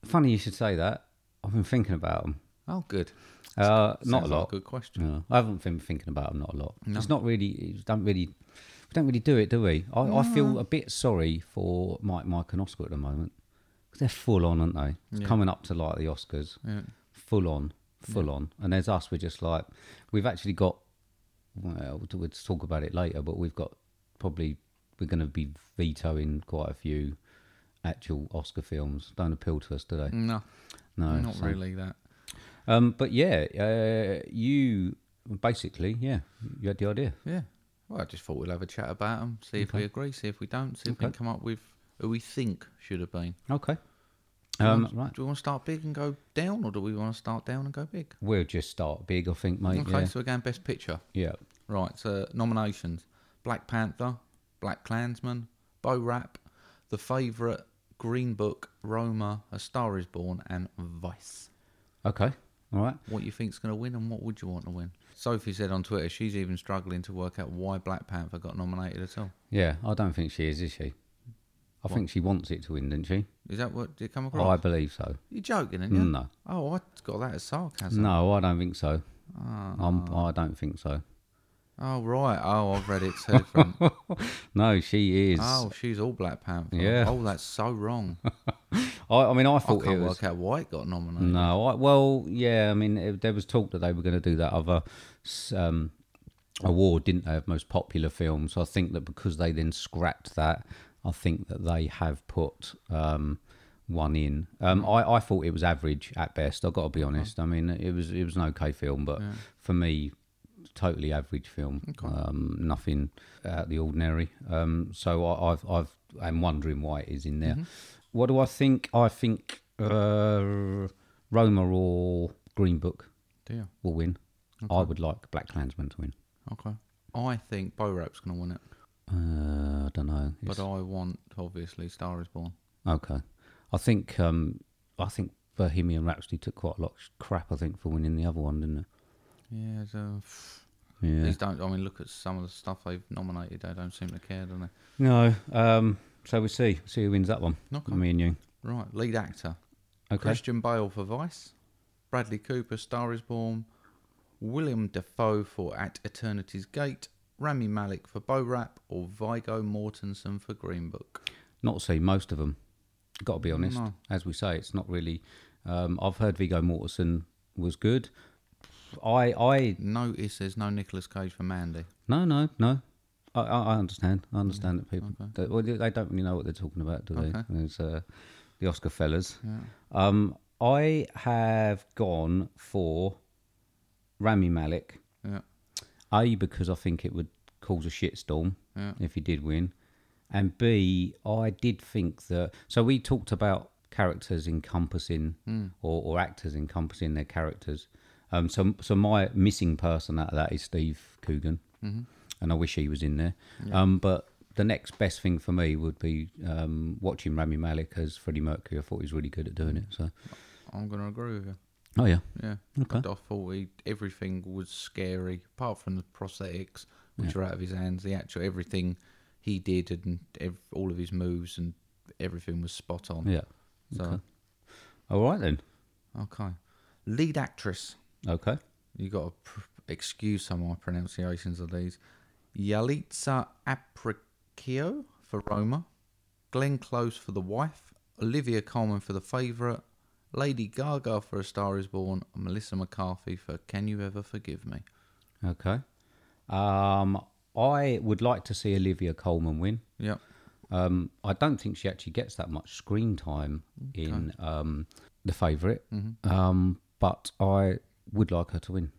[SPEAKER 2] funny you should say that. I've been thinking about them.
[SPEAKER 1] oh, good.
[SPEAKER 2] Uh, not a
[SPEAKER 1] Sounds like
[SPEAKER 2] lot.
[SPEAKER 1] good question.
[SPEAKER 2] No, I haven't been thinking about them not a lot. It's not really. It's don't really. We don't really do it, do we? I, I feel a bit sorry for Mike, Mike, and Oscar at the moment because they're full on, aren't they? It's Coming up to like the Oscars, full on, full on. And there's us. We're just like we've actually got. Well, we'll talk about it later, but we've got probably we're going to be vetoing quite a few actual Oscar films. Don't appeal to us, do they?
[SPEAKER 1] No,
[SPEAKER 2] No,
[SPEAKER 1] not
[SPEAKER 2] so-
[SPEAKER 1] really that.
[SPEAKER 2] um, but yeah, uh, you basically, yeah, you had the idea.
[SPEAKER 1] Yeah. Well, I just thought we'll have a chat about them, see if we agree, see if we don't, see if we can
[SPEAKER 2] Okay.
[SPEAKER 1] come up with who we think should have been.
[SPEAKER 2] Okay.
[SPEAKER 1] Do you
[SPEAKER 2] Um,
[SPEAKER 1] want-
[SPEAKER 2] right.
[SPEAKER 1] Do we want to start big and go down, or do we want to start down and go big?
[SPEAKER 2] We'll just start big, I think, mate.
[SPEAKER 1] Okay,
[SPEAKER 2] yeah.
[SPEAKER 1] so we're going best picture.
[SPEAKER 2] yeah.
[SPEAKER 1] Right, so nominations Black Panther, Black Klansman, Bo Rap, The Favourite, Green Book, Roma, A Star is Born, and Vice.
[SPEAKER 2] Okay. All right.
[SPEAKER 1] What you think's going to win and what would you want to win? Sophie said on Twitter she's even struggling to work out why Black Panther got nominated at all.
[SPEAKER 2] Yeah. I don't think she is, is she? I think she wants it to win, didn't she?
[SPEAKER 1] Is that what did it come
[SPEAKER 2] I
[SPEAKER 1] across?
[SPEAKER 2] believe so.
[SPEAKER 1] You're joking, aren't you?
[SPEAKER 2] No. Mm.
[SPEAKER 1] Oh, I got that as sarcasm.
[SPEAKER 2] No, I don't think so.
[SPEAKER 1] Ah.
[SPEAKER 2] I'm, I don't think so. [laughs]
[SPEAKER 1] Oh, right. Oh, I've read it too. From,
[SPEAKER 2] No, she is.
[SPEAKER 1] oh, she's all Black Panther.
[SPEAKER 2] Yeah.
[SPEAKER 1] Oh, that's so wrong.
[SPEAKER 2] [laughs] I, I mean, I
[SPEAKER 1] I
[SPEAKER 2] thought it
[SPEAKER 1] can't
[SPEAKER 2] was. Mm.
[SPEAKER 1] work out why it got nominated.
[SPEAKER 2] No, I, well, yeah. I mean, it, there was talk that they were going to do that other s- um, award, didn't they, of most popular film? So I think that because they then scrapped that, I think that they have put um, one in. Um, I, I thought it was average at best. I've got to be honest. I mean, it was it was an okay film, but for me, totally average film. Um, nothing out of the ordinary. Um, so I, I've I've I'm wondering why it is in there. What do I think? I think uh, Roma or Green Book
[SPEAKER 1] Do you?
[SPEAKER 2] will win. I would like Black Klansman to win.
[SPEAKER 1] Okay. I think Bo Rap's going to win it,
[SPEAKER 2] Uh, I don't know.
[SPEAKER 1] but I want obviously Star is Born.
[SPEAKER 2] Okay, I think um, I think Bohemian Rhapsody took quite a lot of crap. I think for winning the other one, didn't it?
[SPEAKER 1] Yeah. So,
[SPEAKER 2] Yeah.
[SPEAKER 1] These don't. I mean, look at some of the stuff they've nominated. They don't seem to care, do they?
[SPEAKER 2] No. Um, so we see see who wins that one.
[SPEAKER 1] Okay.
[SPEAKER 2] Me and you.
[SPEAKER 1] Right. Lead actor.
[SPEAKER 2] Okay.
[SPEAKER 1] Christian Bale for Vice, Bradley Cooper, Star is Born, William Defoe for At Eternity's Gate, Rami Malik for Bo Rap, or Vigo Mortensen for Green Book.
[SPEAKER 2] Not seen most of them. Got to be honest.
[SPEAKER 1] No.
[SPEAKER 2] As we say, it's not really. Um, I've heard Vigo Mortensen was good. I I
[SPEAKER 1] Notice there's no Nicolas Cage for Mandy.
[SPEAKER 2] no no no. I, I I understand. I understand that people that, well, they they don't really know what they're talking about, do they? There's uh, the Oscar fellas. Um, I have gone for Rami Malik.
[SPEAKER 1] Yeah.
[SPEAKER 2] A because I think it would cause a shitstorm
[SPEAKER 1] Yeah.
[SPEAKER 2] if he did win, and B I did think that. So we talked about characters encompassing or, or actors encompassing their characters. Um, so so my missing person out of that is Steve Coogan, mm-hmm. and I wish he was in there. Um, but the next best thing for me would be um, watching Rami Malek as Freddie Mercury. I thought he was really good at doing it. So
[SPEAKER 1] I'm going to agree with you.
[SPEAKER 2] oh yeah,
[SPEAKER 1] Yeah.
[SPEAKER 2] Okay.
[SPEAKER 1] I thought he, everything was scary, apart from the prosthetics, which are out of his hands. The actual everything he did and ev- all of his moves and everything was spot on.
[SPEAKER 2] yeah.
[SPEAKER 1] So,
[SPEAKER 2] All right then.
[SPEAKER 1] okay. Lead actress.
[SPEAKER 2] Okay.
[SPEAKER 1] you got to pr- excuse some of my pronunciations of these. Yalitza Aparicio for Roma, Glenn Close for The Wife, Olivia Colman for The Favourite, Lady Gaga for A Star Is Born, and Melissa McCarthy for Can You Ever Forgive Me?
[SPEAKER 2] Okay. Um, I would like to see Olivia Coleman win.
[SPEAKER 1] Yep.
[SPEAKER 2] Um, I don't think she actually gets that much screen time in um, The Favourite,
[SPEAKER 1] Mm-hmm.
[SPEAKER 2] um, but I would like her to win.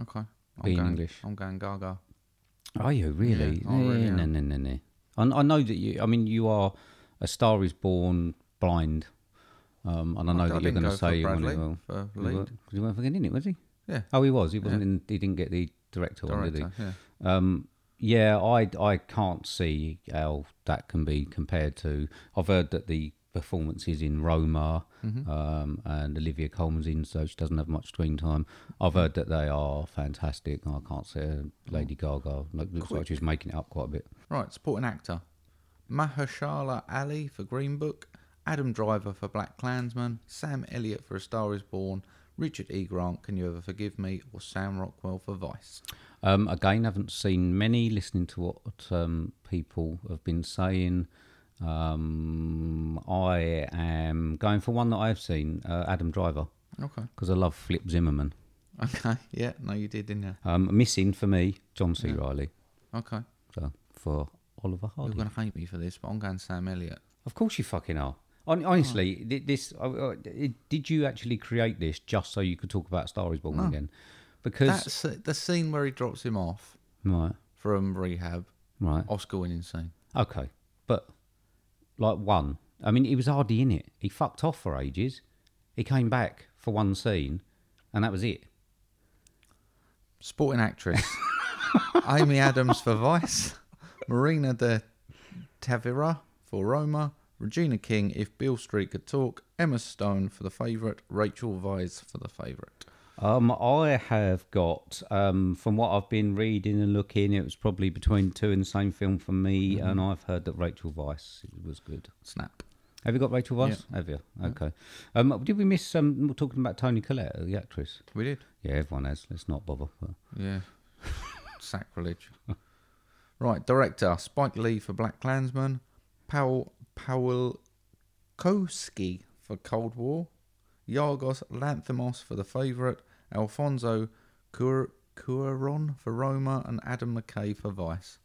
[SPEAKER 1] Okay. I'm
[SPEAKER 2] Being
[SPEAKER 1] going,
[SPEAKER 2] English.
[SPEAKER 1] I'm going Gaga.
[SPEAKER 2] Are you really?
[SPEAKER 1] Yeah, I really
[SPEAKER 2] no, no, no, no. I, I know that you, I mean, you are a star is born blind. Um, and I know
[SPEAKER 1] I
[SPEAKER 2] that you're
[SPEAKER 1] didn't
[SPEAKER 2] going
[SPEAKER 1] go
[SPEAKER 2] to
[SPEAKER 1] for
[SPEAKER 2] say you want
[SPEAKER 1] Bradley
[SPEAKER 2] it well.
[SPEAKER 1] for
[SPEAKER 2] You
[SPEAKER 1] lead.
[SPEAKER 2] weren't- you weren't fucking in it, was he?
[SPEAKER 1] Yeah.
[SPEAKER 2] Oh, he was. He wasn't. In, he didn't get the director, one, did
[SPEAKER 1] Director.
[SPEAKER 2] he?
[SPEAKER 1] Yeah.
[SPEAKER 2] Um, yeah, I I can't see how that can be compared to. I've heard that the performances in Roma, um, and Olivia Colman's in, so she doesn't have much screen time. I've heard that they are fantastic. I can't say Lady Gaga like, looks like she's making it up quite a bit.
[SPEAKER 1] Right, supporting actor. Mahershala Ali for Green Book, Adam Driver for Black Klansman, Sam Elliott for A Star Is Born, Richard E. Grant, Can You Ever Forgive Me, or Sam Rockwell for Vice.
[SPEAKER 2] Um, again, haven't seen many. Listening to what um, people have been saying, um, I am going for one that I've seen, uh, Adam Driver,
[SPEAKER 1] Okay.
[SPEAKER 2] because I love Flip Zimmerman.
[SPEAKER 1] Okay. [laughs] Yeah. No, you did, didn't you?
[SPEAKER 2] Um, missing for me, John C. Riley.
[SPEAKER 1] Okay.
[SPEAKER 2] So for Oliver
[SPEAKER 1] You're
[SPEAKER 2] Hardy.
[SPEAKER 1] going to hate me for this, but I'm going Sam Elliott.
[SPEAKER 2] Of course you fucking are. Hon-
[SPEAKER 1] Oh.
[SPEAKER 2] Honestly, thi- this I- I- it- did you actually create this just so you could talk about Star Is Born again? Because
[SPEAKER 1] That's the scene where he drops him off
[SPEAKER 2] right,
[SPEAKER 1] from rehab.
[SPEAKER 2] right,
[SPEAKER 1] Oscar winning scene.
[SPEAKER 2] okay, but like one, I mean, he was hardly in it. He fucked off for ages. He came back for one scene, and that was it.
[SPEAKER 1] Sporting actress. Amy Adams for Vice. Marina de Tavira for Roma. Regina King, If Bill Street Could Talk. Emma Stone for The Favourite. Rachel Vise for The Favourite.
[SPEAKER 2] Um, I have got, um, from what I've been reading and looking, it was probably between two and the same film for me,
[SPEAKER 1] Mm-hmm.
[SPEAKER 2] and I've heard that Rachel Vice was good.
[SPEAKER 1] Snap.
[SPEAKER 2] Have you got Rachel Weisz? Have you? Okay. Um, did we miss um, talking about Tony Collette, the actress?
[SPEAKER 1] We did.
[SPEAKER 2] Yeah, everyone has. Let's not bother.
[SPEAKER 1] Yeah. Sacrilege. Right, director Spike Lee for Black Klansman, Powell Powell Koski for Cold War, Yargos Lanthimos for The Favourite, Alfonso Cuar- Cuaron for Roma, and Adam McKay for Vice.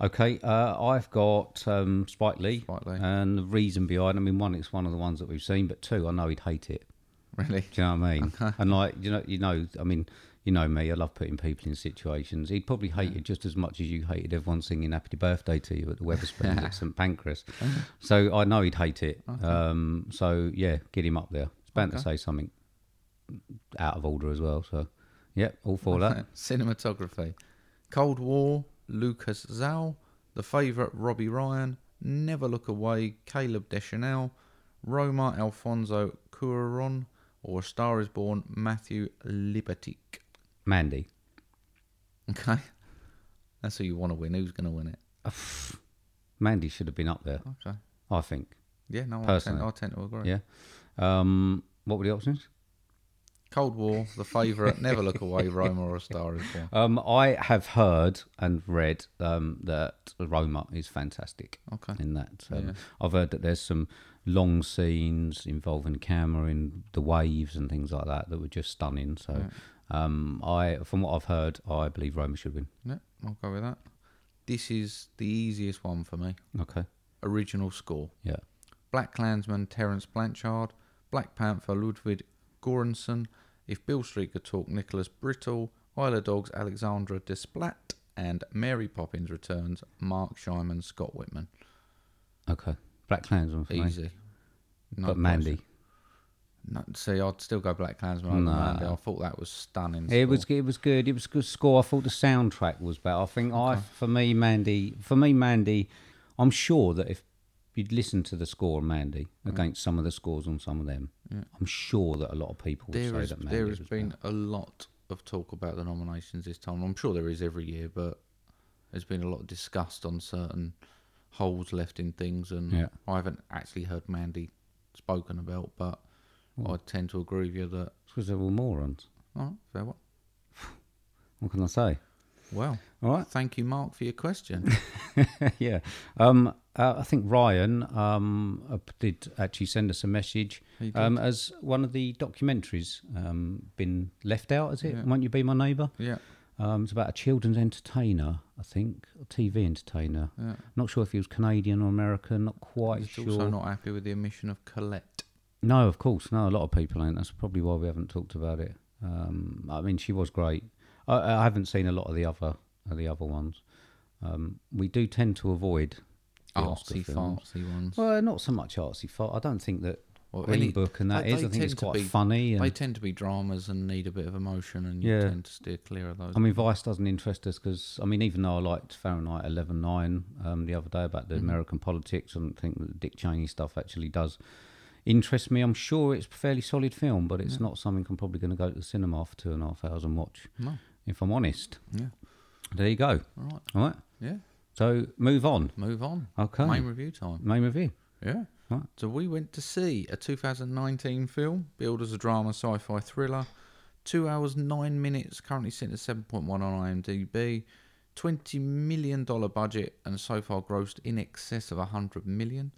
[SPEAKER 2] Okay, uh, I've got um, Spike Lee.
[SPEAKER 1] Spike Lee.
[SPEAKER 2] And the reason behind, I mean, one, it's one of the ones that we've seen, but two, I know he'd hate it.
[SPEAKER 1] Really?
[SPEAKER 2] Do you know what I mean? And like, you know, you know, I mean, you know me. I love putting people in situations. He'd probably hate it just as much as you hated everyone singing "Happy Birthday" to you at the Weatherspoons at St Pancras. So I know he'd hate it. Um, so yeah, get him up there. It's bound to say something out of order as well. So yeah, all for that.
[SPEAKER 1] [laughs] Cinematography Cold War, Lucas Zhao, The Favourite, Robbie Ryan, Never Look Away, Caleb Deschanel, Roma, Alfonso Cuaron, or A Star is Born, Matthew Libatique.
[SPEAKER 2] Mandy.
[SPEAKER 1] [laughs]
[SPEAKER 2] [sighs]
[SPEAKER 1] Okay. That's who you want to win. Who's going to win it?
[SPEAKER 2] Mandy should have been up there.
[SPEAKER 1] Okay.
[SPEAKER 2] I think.
[SPEAKER 1] Yeah, no, I tend,
[SPEAKER 2] Personally.
[SPEAKER 1] I tend to agree.
[SPEAKER 2] Yeah. Um, what were the options?
[SPEAKER 1] Cold War, The Favourite, Never Look
[SPEAKER 2] [laughs]
[SPEAKER 1] Away, Roma, or A Star is Born.
[SPEAKER 2] Um, I have heard and read um, that Roma is fantastic.
[SPEAKER 1] Oh, Okay.
[SPEAKER 2] In that, um, I've heard that there's some long scenes involving camera in the waves and things like that that were just stunning. So, um, I, from what I've heard, I believe Roma should win.
[SPEAKER 1] Yeah, I'll go with that. This is the easiest one for me.
[SPEAKER 2] Okay.
[SPEAKER 1] Original score.
[SPEAKER 2] Yeah.
[SPEAKER 1] Black Klansman Terence Blanchard, Black Panther Ludwig Göransson, If Bill Street Could Talk Nicholas Brittle, Isle of Dogs Alexandra Desplat, and Mary Poppins Returns Mark Shyman Scott Whitman.
[SPEAKER 2] Okay. Black Klansman for me,
[SPEAKER 1] Easy. No
[SPEAKER 2] but Mandy.
[SPEAKER 1] question. No, see, I'd still go Black Klansman over Mandy. I thought that was stunning.
[SPEAKER 2] It was
[SPEAKER 1] score.
[SPEAKER 2] it was good. It was a good score. I thought the soundtrack was better. I think I for me Mandy for me Mandy, I'm sure that if you'd listen to the score of Mandy
[SPEAKER 1] Mm.
[SPEAKER 2] against some of the scores on some of them, I'm sure that a lot of people would
[SPEAKER 1] there
[SPEAKER 2] say
[SPEAKER 1] has,
[SPEAKER 2] that Mandy
[SPEAKER 1] there has
[SPEAKER 2] was
[SPEAKER 1] been a lot of talk about the nominations this time. I'm sure there is every year, but there's been a lot discussed on certain holes left in things, and
[SPEAKER 2] Yeah.
[SPEAKER 1] I haven't actually heard Mandy spoken about, but
[SPEAKER 2] Hmm.
[SPEAKER 1] I tend to agree with you that.
[SPEAKER 2] because they were morons.
[SPEAKER 1] All right, fair one.
[SPEAKER 2] What can I say?
[SPEAKER 1] Well,
[SPEAKER 2] All right. [laughs]
[SPEAKER 1] thank you, Mark, for your question.
[SPEAKER 2] yeah. Um, uh, I think Ryan um, uh, did actually send us a message. Um, as one of the documentaries um, been left out, is it? Won't you be my neighbour?
[SPEAKER 1] yeah,
[SPEAKER 2] Um, it's about a children's entertainer, I think, a TV entertainer. Not sure if he was Canadian or American. Not quite
[SPEAKER 1] he's
[SPEAKER 2] sure.
[SPEAKER 1] also not happy with the omission of Colette.
[SPEAKER 2] No, of course, no. A lot of people ain't. That's probably why we haven't talked about it. Um, I mean, she was great. I, I haven't seen a lot of the other of the other ones. Um, we do tend to avoid the Oscar
[SPEAKER 1] Artsy
[SPEAKER 2] films.
[SPEAKER 1] fartsy ones.
[SPEAKER 2] Well, not so much artsy far. I don't think that
[SPEAKER 1] or
[SPEAKER 2] Green Book and that
[SPEAKER 1] they-
[SPEAKER 2] is. I
[SPEAKER 1] they
[SPEAKER 2] think it's
[SPEAKER 1] tend to
[SPEAKER 2] quite
[SPEAKER 1] be-
[SPEAKER 2] funny and-
[SPEAKER 1] They tend to be dramas and need a bit of emotion, and you
[SPEAKER 2] Yeah. Um,
[SPEAKER 1] tend to steer clear of those.
[SPEAKER 2] I mean, Vice doesn't interest us because I mean, even though I liked Fahrenheit 11.9 um, the other day about the American politics, I don't think that the Dick Cheney stuff actually does interest me. I'm sure it's a fairly solid film, but it's not something I'm probably going to go to the cinema for two and a half hours and watch.
[SPEAKER 1] No.
[SPEAKER 2] If I'm honest,
[SPEAKER 1] yeah,
[SPEAKER 2] there you go.
[SPEAKER 1] all right,
[SPEAKER 2] All right,
[SPEAKER 1] yeah.
[SPEAKER 2] so move on.
[SPEAKER 1] Move on.
[SPEAKER 2] Okay.
[SPEAKER 1] Main review time.
[SPEAKER 2] Main review.
[SPEAKER 1] Yeah.
[SPEAKER 2] Right.
[SPEAKER 1] So we went to see a 2019 film, billed as a drama, sci-fi thriller, two hours nine minutes, currently sitting at 7.1 on IMDb, 20 million dollar budget, and so far grossed in excess of 100 million.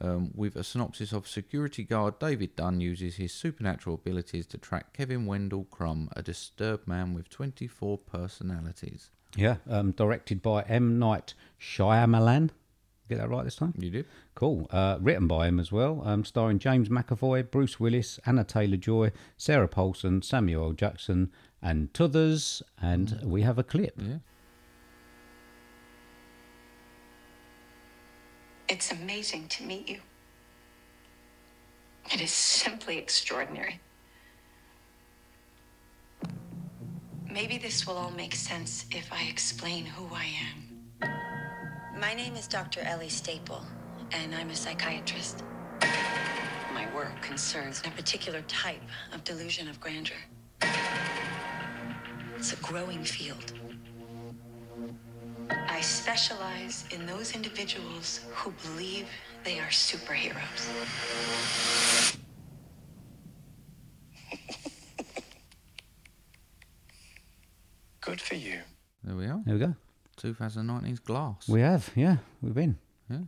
[SPEAKER 1] Um, with a synopsis of security guard David Dunn uses his supernatural abilities to track Kevin Wendell Crumb, a disturbed man with 24 personalities.
[SPEAKER 2] Yeah, um, directed by M. Night Shyamalan. Get that right this time.
[SPEAKER 1] You did?
[SPEAKER 2] Cool. Uh, written by him as well, um, starring James McAvoy, Bruce Willis, Anna Taylor Joy, Sarah Paulson, Samuel L. Jackson, and Tothers. And we have a clip.
[SPEAKER 1] Mm. Yeah.
[SPEAKER 4] It's amazing to meet you. It is simply extraordinary. Maybe this will all make sense if I explain who I am.
[SPEAKER 5] My name is Dr. Ellie Staple.
[SPEAKER 4] And I'm a psychiatrist. My work concerns a particular type of delusion of grandeur. It's a growing field. I specialize in those individuals who believe they are superheroes.
[SPEAKER 5] Good for you.
[SPEAKER 1] There we are.
[SPEAKER 2] There we go.
[SPEAKER 1] 2019's Glass.
[SPEAKER 2] We have, yeah, we've been.
[SPEAKER 1] Yeah.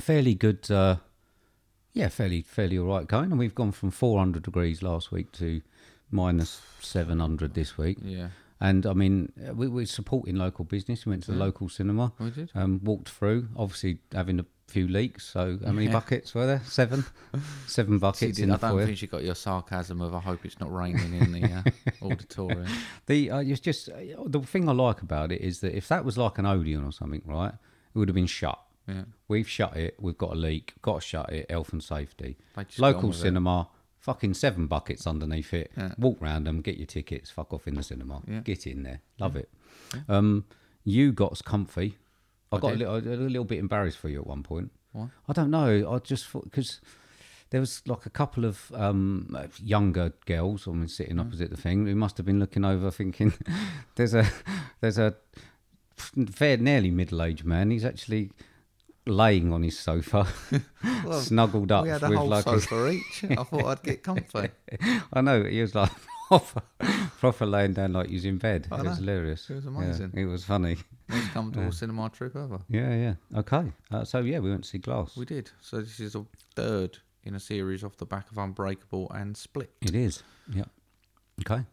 [SPEAKER 2] Fairly good, uh, yeah, fairly, fairly all right going. And we've gone from 400 degrees last week to minus 700 this week.
[SPEAKER 1] yeah.
[SPEAKER 2] And I mean, uh, we were supporting local business. We went to the local cinema.
[SPEAKER 1] We did.
[SPEAKER 2] Um, walked through, obviously having a few leaks. So how many buckets were there? Seven, seven
[SPEAKER 1] See,
[SPEAKER 2] buckets
[SPEAKER 1] did-
[SPEAKER 2] in
[SPEAKER 1] I
[SPEAKER 2] the
[SPEAKER 1] don't
[SPEAKER 2] foyer.
[SPEAKER 1] think she got your sarcasm of I hope it's not raining in the uh,
[SPEAKER 2] [laughs]
[SPEAKER 1] auditorium.
[SPEAKER 2] The uh, it's just uh, the thing I like about it is that if that was like an Odeon or something, right, it would have been shut.
[SPEAKER 1] Yeah.
[SPEAKER 2] We've shut it. We've got a leak. Got to shut it. Health and safety.
[SPEAKER 1] They just gone
[SPEAKER 2] Local
[SPEAKER 1] with it.
[SPEAKER 2] cinema. Fucking seven buckets underneath it.
[SPEAKER 1] Yeah.
[SPEAKER 2] Walk round them. Get your tickets. Fuck off in the cinema.
[SPEAKER 1] Yeah.
[SPEAKER 2] Get in there. Love it. Um, you got comfy. I, got a
[SPEAKER 1] did.
[SPEAKER 2] little, a little bit embarrassed for you at one point.
[SPEAKER 1] Why?
[SPEAKER 2] I don't know. I just thought because there was like a couple of um, younger girls, I mean, sitting
[SPEAKER 1] Mm.
[SPEAKER 2] opposite the thing, who must have been looking over, thinking, [laughs] "There's a, there's a fair, nearly middle-aged man. He's actually laying on his
[SPEAKER 1] [laughs]
[SPEAKER 2] sofa, [laughs] snuggled up
[SPEAKER 1] we had a
[SPEAKER 2] with
[SPEAKER 1] whole
[SPEAKER 2] like his-
[SPEAKER 1] sofa each. I thought I'd get [laughs] comfy.
[SPEAKER 2] [laughs] I know he was like [laughs] proper, proper laying down like he's in bed. it was
[SPEAKER 1] know.
[SPEAKER 2] hilarious.
[SPEAKER 1] It was
[SPEAKER 2] Yeah,
[SPEAKER 1] amazing.
[SPEAKER 2] it was funny.
[SPEAKER 1] Most comfortable cinema trip ever.
[SPEAKER 2] Yeah, yeah. Okay. Uh, so yeah, we went to see Glass.
[SPEAKER 1] We did. So this is a third in a series off the back of Unbreakable and Split.
[SPEAKER 2] It is. Yeah. Okay.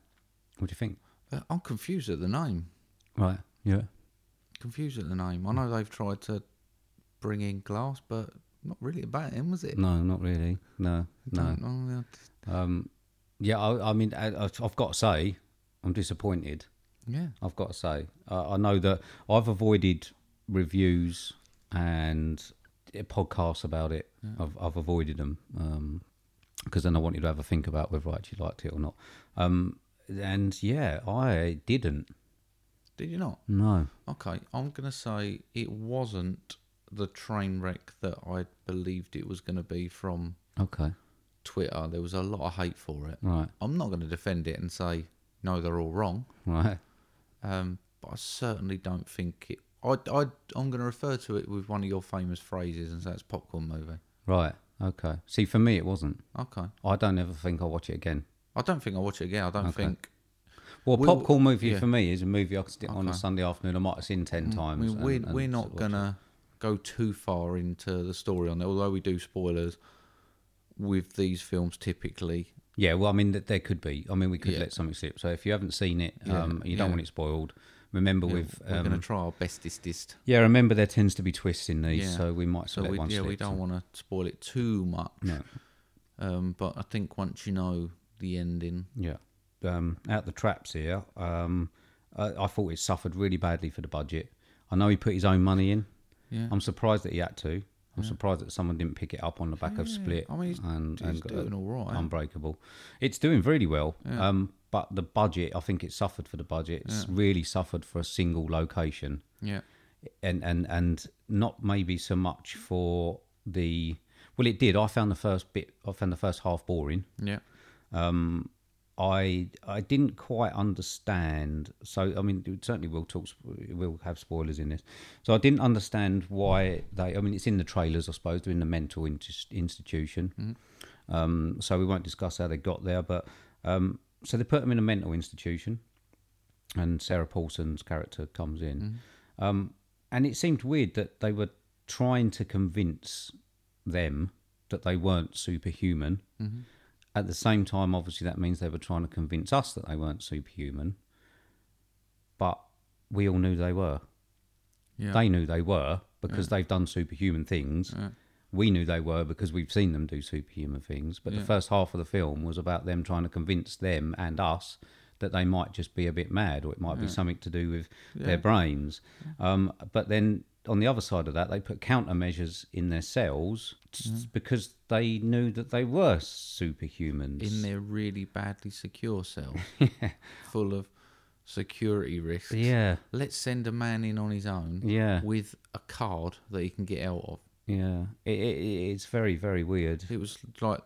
[SPEAKER 2] What do you think?
[SPEAKER 1] Uh, I'm confused at the name.
[SPEAKER 2] Right. Yeah.
[SPEAKER 1] Confused at the name. I know they've tried to bring in Glass, but not really about him, was it? Oh,
[SPEAKER 2] No, not really. No, no.
[SPEAKER 1] Don't know.
[SPEAKER 2] Um, yeah, I, I mean, I, I've I've got to say, I'm disappointed.
[SPEAKER 1] Yeah.
[SPEAKER 2] I've got to say, I, I know that I've avoided reviews and podcasts about it. I've, I've avoided them because then I wanted to have a think about whether I actually liked it or not. Um, and yeah, I didn't.
[SPEAKER 1] Did you not?
[SPEAKER 2] No.
[SPEAKER 1] Okay, I'm gonna say it wasn't the train wreck that I believed it was gonna be from
[SPEAKER 2] Okay. [laughs]
[SPEAKER 1] Twitter. There was a lot of hate for it.
[SPEAKER 2] Right.
[SPEAKER 1] I'm not gonna defend it and say no, they're all wrong.
[SPEAKER 2] Right.
[SPEAKER 1] Um, but I certainly don't think it. I, I, I'm going to refer to it with one of your famous phrases, and say it's popcorn movie.
[SPEAKER 2] Right. Okay. See, for me, it wasn't.
[SPEAKER 1] Okay.
[SPEAKER 2] I don't ever think I'll watch it again.
[SPEAKER 1] I don't think I'll watch it again. I don't
[SPEAKER 2] Okay.
[SPEAKER 1] think.
[SPEAKER 2] Well,
[SPEAKER 1] We-
[SPEAKER 2] popcorn movie
[SPEAKER 1] yeah.
[SPEAKER 2] for me is a movie I can stick on a
[SPEAKER 1] Okay.
[SPEAKER 2] Sunday afternoon. I might have seen ten
[SPEAKER 1] I
[SPEAKER 2] times.
[SPEAKER 1] mean,
[SPEAKER 2] and-
[SPEAKER 1] we're,
[SPEAKER 2] and
[SPEAKER 1] we're
[SPEAKER 2] sort
[SPEAKER 1] not
[SPEAKER 2] of
[SPEAKER 1] going to go too far into the story on it, although we do spoilers with these films typically.
[SPEAKER 2] Yeah, well, I mean, th- there could be. I mean, we could
[SPEAKER 1] Yeah.
[SPEAKER 2] let something slip. So if you haven't seen it,
[SPEAKER 1] Yeah,
[SPEAKER 2] um, you don't
[SPEAKER 1] yeah.
[SPEAKER 2] want it spoiled. Remember, with
[SPEAKER 1] We're going
[SPEAKER 2] um,
[SPEAKER 1] to try our bestestest.
[SPEAKER 2] yeah, remember there tends to be twists in these, so we might
[SPEAKER 1] So
[SPEAKER 2] let
[SPEAKER 1] we,
[SPEAKER 2] one
[SPEAKER 1] yeah,
[SPEAKER 2] slip.
[SPEAKER 1] we don't want to spoil it too much.
[SPEAKER 2] No.
[SPEAKER 1] Um, but I think once you know the ending,
[SPEAKER 2] Yeah. Um, out the traps here. Um, I, I thought it suffered really badly for the budget. I know he put his own money in.
[SPEAKER 1] Yeah.
[SPEAKER 2] I'm surprised that he had to. I'm surprised that someone didn't pick it up on the back of Split.
[SPEAKER 1] I mean, it's-
[SPEAKER 2] and,
[SPEAKER 1] it's
[SPEAKER 2] got
[SPEAKER 1] doing all right.
[SPEAKER 2] Unbreakable. It's doing really well. Um, but the budget, I think it suffered for the budget. It's really suffered for a single location
[SPEAKER 1] Yeah.
[SPEAKER 2] and and and not maybe so much for the well it did i found the first bit i found the first half boring
[SPEAKER 1] Yeah.
[SPEAKER 2] i i didn't quite understand so i mean certainly we'll talk sp- we'll have spoilers in this so i didn't understand why they i mean it's in the trailers i suppose they're in the mental in- institution um so we won't discuss how they got there but um so they put them in a mental institution and Sarah Paulson's character comes in. Um, and it seemed weird that they were trying to convince them that they weren't superhuman. At the same time, obviously, that means they were trying to convince us that they weren't superhuman. But we all knew they were.
[SPEAKER 1] Yeah.
[SPEAKER 2] They knew they were because they've done superhuman things. We knew they were because we've seen them do superhuman things. But the first half of the film was about them trying to convince them and us that they might just be a bit mad or it might be something to do with their brains. Um, but then on the other side of that, they put countermeasures in their cells t- because they knew that they were superhumans.
[SPEAKER 1] in their really badly secure
[SPEAKER 2] [laughs]
[SPEAKER 1] cells, full of security risks.
[SPEAKER 2] Yeah.
[SPEAKER 1] Let's send a man in on his own.
[SPEAKER 2] Yeah.
[SPEAKER 1] With a card that he can get out of.
[SPEAKER 2] Yeah. It, it, it's very, very weird.
[SPEAKER 1] It was like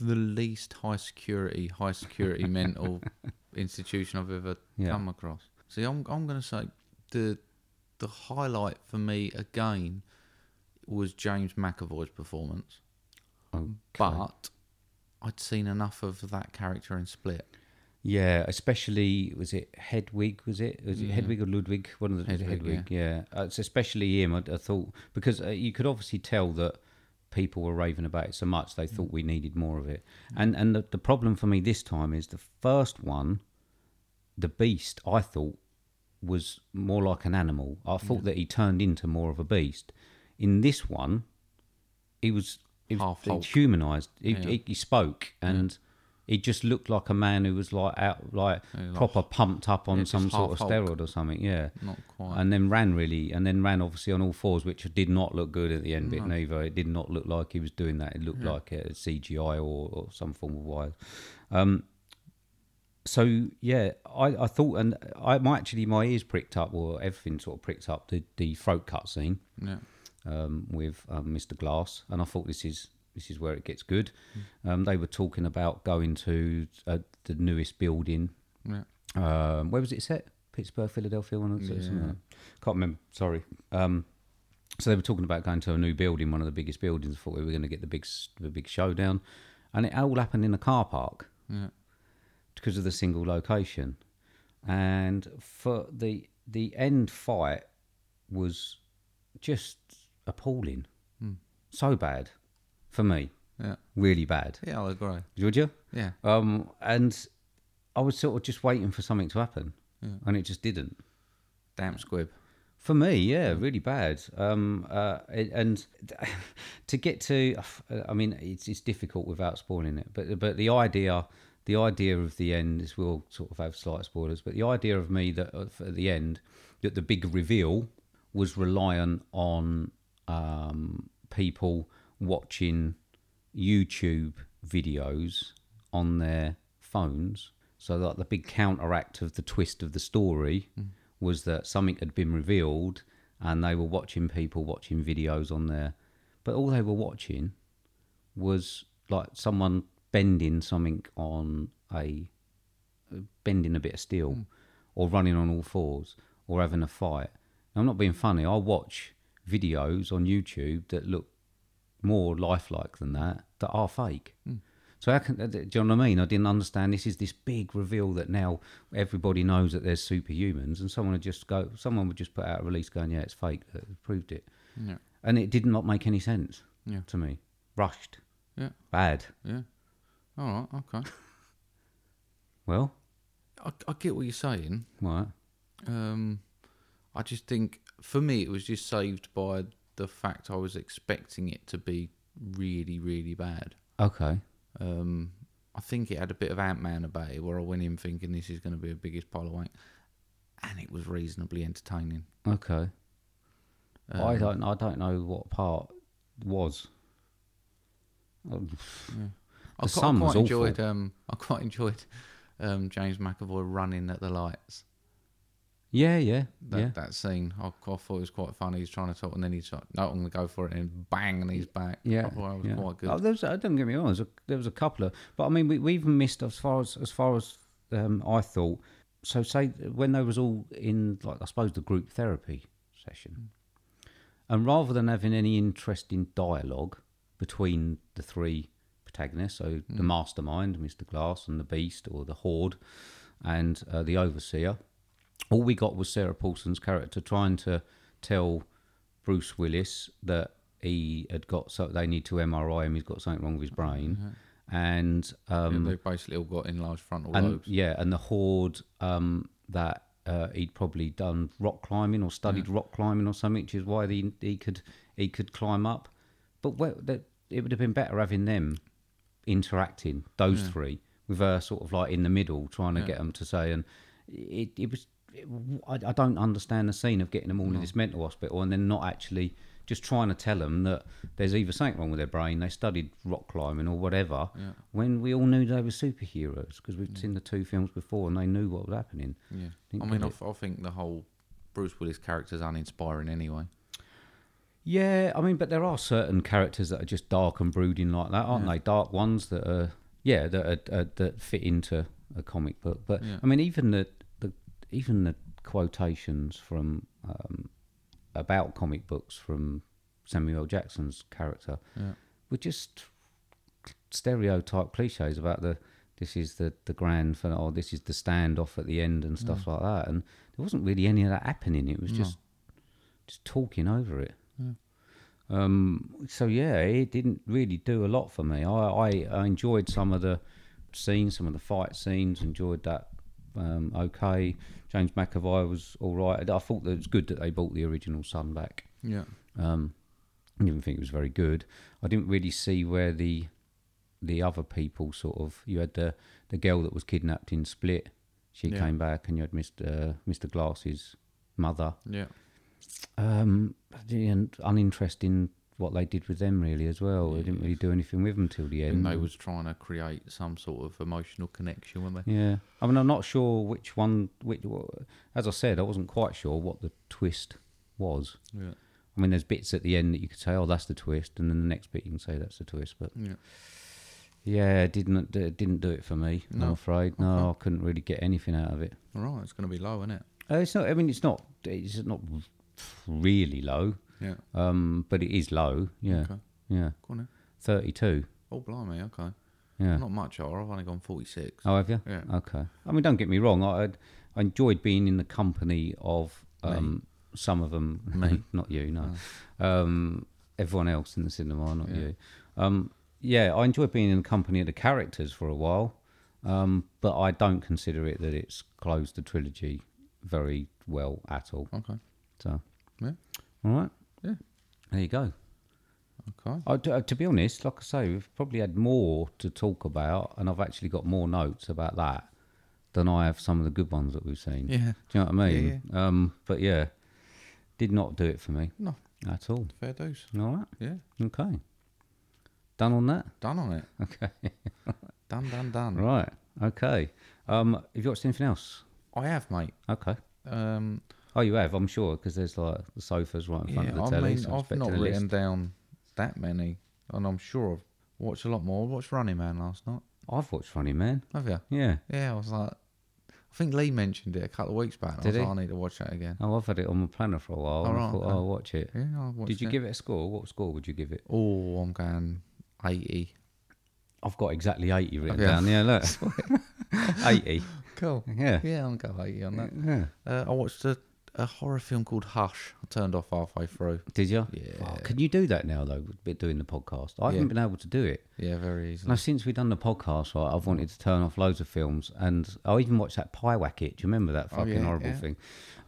[SPEAKER 1] the least high security, high [laughs] security mental institution I've ever
[SPEAKER 2] Yeah.
[SPEAKER 1] come across. See, I'm I'm gonna say the the highlight for me again was James McAvoy's performance,
[SPEAKER 2] Um,
[SPEAKER 1] but I'd seen enough of that character in Split.
[SPEAKER 2] Yeah, especially was it Hedwig? Was it was it Hedwig or Ludwig? One of the was it
[SPEAKER 1] Hedwig,
[SPEAKER 2] Hedwig. yeah, Uh, it's especially him. I, I thought because uh, you could obviously tell that people were raving about it so much they thought we needed more of it. And and the, the problem for me this time is the first one, the beast. I thought was more like an animal. I thought that he turned into more of a beast. In this one, he was, he was
[SPEAKER 1] Half Hulk.
[SPEAKER 2] humanized. He, he, he spoke and he just looked like a man who was like out, like proper pumped up on
[SPEAKER 1] Yeah, just
[SPEAKER 2] some sort of
[SPEAKER 1] half Hulk.
[SPEAKER 2] steroid or something. Yeah,
[SPEAKER 1] Not quite.
[SPEAKER 2] And then ran really, and then ran obviously on all fours, which did not look good at the end bit neither. It did not look like he was doing that. It looked like a CGI or, or some form of wire Um, so yeah, I, I thought, and I my actually my ears pricked up, or everything sort of pricked up the the throat cut scene
[SPEAKER 1] Yeah.
[SPEAKER 2] um, with um, Mr. Glass, and I thought this is this is where it gets good.
[SPEAKER 1] Hmm.
[SPEAKER 2] Um, they were talking about going to uh, the newest building.
[SPEAKER 1] Yeah.
[SPEAKER 2] Um, where was it set? Pittsburgh, Philadelphia, one of those. Can't remember. Sorry. Um, so they were talking about going to a new building, one of the biggest buildings. Thought we were going to get the big s- the big showdown, and it all happened in a car park
[SPEAKER 1] Yeah.
[SPEAKER 2] because of the single location. And for the the end fight was just appalling. So bad for me.
[SPEAKER 1] Hmm. Yeah.
[SPEAKER 2] Really bad.
[SPEAKER 1] Yeah, I agree.
[SPEAKER 2] Georgia?
[SPEAKER 1] Yeah.
[SPEAKER 2] Um and I was sort of just waiting for something to happen. And it just didn't.
[SPEAKER 1] Damn squib.
[SPEAKER 2] For me, yeah, really bad. Um, uh, it- and [laughs] to get to, I mean, it's, it's difficult without spoiling it. But but the idea, the idea of the end is we'll sort of have slight spoilers. But the idea of me that of- at the end that the big reveal was reliant on um, people watching YouTube videos on their phones. So that the big counteract of the twist of the story was that something had been revealed, and they were watching people watching videos on there, but all they were watching was like someone bending something on a bending a bit of steel
[SPEAKER 1] Hmm.
[SPEAKER 2] or running on all fours or having a fight. I'm not being funny. I watch videos on YouTube that look more lifelike than that that are fake.
[SPEAKER 1] Hmm.
[SPEAKER 2] So how can uh, do you know what I mean? I didn't understand. This is this big reveal that now everybody knows that there's superhumans, and someone would just go. Someone would just put out a release going, "Yeah, it's fake. That proved it."
[SPEAKER 1] Yeah.
[SPEAKER 2] And it did not make any sense
[SPEAKER 1] Yeah.
[SPEAKER 2] to me. Rushed,
[SPEAKER 1] Yeah.
[SPEAKER 2] bad.
[SPEAKER 1] Yeah. All right. Okay. [laughs]
[SPEAKER 2] Well,
[SPEAKER 1] I, I get what you're saying.
[SPEAKER 2] right.
[SPEAKER 1] Um, I just think for me it was just saved by the fact I was expecting it to be really, really bad.
[SPEAKER 2] Okay.
[SPEAKER 1] Um, I think it had a bit of Ant Man about it where I went in thinking this is going to be the biggest pile of wank, and it was reasonably entertaining.
[SPEAKER 2] Um, Okay. I don't. I don't know what part was. Oh,
[SPEAKER 1] I
[SPEAKER 2] The
[SPEAKER 1] quite,
[SPEAKER 2] sun
[SPEAKER 1] I
[SPEAKER 2] was
[SPEAKER 1] quite
[SPEAKER 2] awful.
[SPEAKER 1] enjoyed. Um, I quite enjoyed um, James McAvoy running at the lights.
[SPEAKER 2] Yeah, yeah,
[SPEAKER 1] That,
[SPEAKER 2] yeah.
[SPEAKER 1] that scene, I, I thought it was quite funny. He's trying to talk, and then he's like, "No, I'm going to go for it," and bang, and he's back.
[SPEAKER 2] Yeah,
[SPEAKER 1] I thought that was
[SPEAKER 2] yeah.
[SPEAKER 1] quite good.
[SPEAKER 2] Oh, there's, uh, don't get me wrong. There's a, there was a couple of, but I mean, we, we even missed as far as as far as um, I thought. So say when they was all in, like I suppose the group therapy session, and rather than having any interesting dialogue between the three protagonists, so the mastermind, Mister Glass, and the Beast or the Horde, and uh, the Overseer, all we got was Sarah Paulson's character trying to tell Bruce Willis that he had got so they need to MRI him. He's got something wrong with his brain, and um,
[SPEAKER 1] they basically all got enlarged frontal
[SPEAKER 2] and
[SPEAKER 1] lobes.
[SPEAKER 2] yeah, and the horde um, that uh, he'd probably done rock climbing or studied rock climbing or something, which is why he he could he could climb up. But where, that, it would have been better having them interacting those three with her sort of like in the middle, trying to get 'em get them to say. And it it was it, I, I don't understand the scene of getting them all in this mental hospital and then not actually. Just trying to tell them that there's either something wrong with their brain, they studied rock climbing or whatever, when we all knew they were superheroes because we'd seen the two films before and they knew what was happening.
[SPEAKER 1] Yeah,
[SPEAKER 2] Think
[SPEAKER 1] I mean,
[SPEAKER 2] of
[SPEAKER 1] I,
[SPEAKER 2] it.
[SPEAKER 1] th- I think the whole Bruce Willis character's uninspiring anyway.
[SPEAKER 2] Yeah, I mean, but there are certain characters that are just dark and brooding like that, aren't they? Dark ones that are, yeah, that are, are, that fit into a comic book. But I mean, even the, the even the quotations from um, about comic books from Samuel Jackson's character were just stereotype cliches about the this is the the grand finale, or this is the standoff at the end and stuff like that. And there wasn't really any of that happening. It was just just talking over it. Um, so yeah, it didn't really do a lot for me. I, I, I enjoyed some of the scenes, some of the fight scenes. Enjoyed that. Um, okay, James McAvoy was all right. I thought that it was good that they bought the original Sun back.
[SPEAKER 1] Yeah,
[SPEAKER 2] Um, I didn't think it was very good. I didn't really see where the the other people sort of. You had the the girl that was kidnapped in Split. She
[SPEAKER 1] Yeah.
[SPEAKER 2] came back, and you had Mister Mister Glass's mother
[SPEAKER 1] yeah,
[SPEAKER 2] um, and uninteresting what they did with them really as well. They didn't really do anything with them till the
[SPEAKER 1] and
[SPEAKER 2] end.
[SPEAKER 1] they was trying to create some sort of emotional connection, weren't they?
[SPEAKER 2] yeah, I mean, I'm not sure which one. Which, as I said, I wasn't quite sure what the twist was.
[SPEAKER 1] Yeah,
[SPEAKER 2] I mean, there's bits at the end that you could say, "Oh, that's the twist," and then the next bit you can say, "That's the twist." But
[SPEAKER 1] yeah.
[SPEAKER 2] yeah, it didn't it didn't do it for me. I'm afraid. No, I couldn't really get anything out of it.
[SPEAKER 1] All right, it's going to be low, isn't it?
[SPEAKER 2] Uh, it's not. I mean, it's not. It's not really low.
[SPEAKER 1] Yeah.
[SPEAKER 2] Um, but it is low. Yeah.
[SPEAKER 1] Okay.
[SPEAKER 2] Yeah.
[SPEAKER 1] Go on then.
[SPEAKER 2] Thirty-two.
[SPEAKER 1] Oh, blimey, okay.
[SPEAKER 2] Yeah.
[SPEAKER 1] Not much horror. I've only gone 46.
[SPEAKER 2] Oh, have you?
[SPEAKER 1] Yeah.
[SPEAKER 2] Okay. I mean, don't get me wrong. I I'd- I enjoyed being in the company of um, some of them. Me, [laughs] not you. No. Um, everyone else in the cinema, not you. Um, yeah, I enjoyed being in the company of the characters for a while, um, but I don't consider it that it's closed the trilogy very well at all.
[SPEAKER 1] Okay.
[SPEAKER 2] So,
[SPEAKER 1] Yeah.
[SPEAKER 2] all right.
[SPEAKER 1] Oh. Yeah.
[SPEAKER 2] There you go.
[SPEAKER 1] Okay.
[SPEAKER 2] I, to, to be honest, like I say, we've probably had more to talk about, and I've actually got more notes about that than I have some of the good ones that we've seen.
[SPEAKER 1] Yeah.
[SPEAKER 2] Do you know what I mean? Um, but yeah, did not do it for me
[SPEAKER 1] No,
[SPEAKER 2] at all.
[SPEAKER 1] fair dues.
[SPEAKER 2] All right.
[SPEAKER 1] Yeah.
[SPEAKER 2] Okay. Done on that?
[SPEAKER 1] Done on it.
[SPEAKER 2] Okay.
[SPEAKER 1] [laughs] Done, done, done.
[SPEAKER 2] right. Okay. Um, have you watched anything else?
[SPEAKER 1] I have, mate.
[SPEAKER 2] Okay.
[SPEAKER 1] Um,
[SPEAKER 2] Oh, you have, I'm sure, because there's like the sofas right in front
[SPEAKER 1] yeah,
[SPEAKER 2] of the
[SPEAKER 1] I
[SPEAKER 2] telly.
[SPEAKER 1] mean,
[SPEAKER 2] so I'm
[SPEAKER 1] I've
[SPEAKER 2] expecting
[SPEAKER 1] not
[SPEAKER 2] a list.
[SPEAKER 1] written down that many, and I'm sure I've watched a lot more. I watched Running Man last night.
[SPEAKER 2] I've watched Running Man.
[SPEAKER 1] Have you?
[SPEAKER 2] Yeah.
[SPEAKER 1] Yeah, I was like, I think Lee mentioned it a couple of weeks back. and I was
[SPEAKER 2] Did he?
[SPEAKER 1] like, I need to watch that again.
[SPEAKER 2] Oh, I've had it on my planner for a while. and I
[SPEAKER 1] right,
[SPEAKER 2] thought,
[SPEAKER 1] okay.
[SPEAKER 2] oh, I'll watch it.
[SPEAKER 1] Yeah, I watched
[SPEAKER 2] Did you
[SPEAKER 1] it.
[SPEAKER 2] give it a score? What score would you give it?
[SPEAKER 1] Oh, I'm going 80.
[SPEAKER 2] I've got exactly 80 written
[SPEAKER 1] Yeah.
[SPEAKER 2] down. Yeah, [laughs] look. 80.
[SPEAKER 1] Cool.
[SPEAKER 2] Yeah.
[SPEAKER 1] [laughs] Yeah, I'm going 80 on that.
[SPEAKER 2] Yeah.
[SPEAKER 1] Uh, I watched a, a horror film called Hush. I turned off halfway through.
[SPEAKER 2] Did you?
[SPEAKER 1] Yeah.
[SPEAKER 2] Oh, can you do that now, though, with doing the podcast? I haven't
[SPEAKER 1] Yeah.
[SPEAKER 2] been able to do it.
[SPEAKER 1] Yeah, very easily.
[SPEAKER 2] Now, since we've done the podcast, right, I've wanted to turn off loads of films, and I even watched that Pie Wacket. Do you remember that fucking
[SPEAKER 1] yeah,
[SPEAKER 2] horrible
[SPEAKER 1] yeah.
[SPEAKER 2] thing?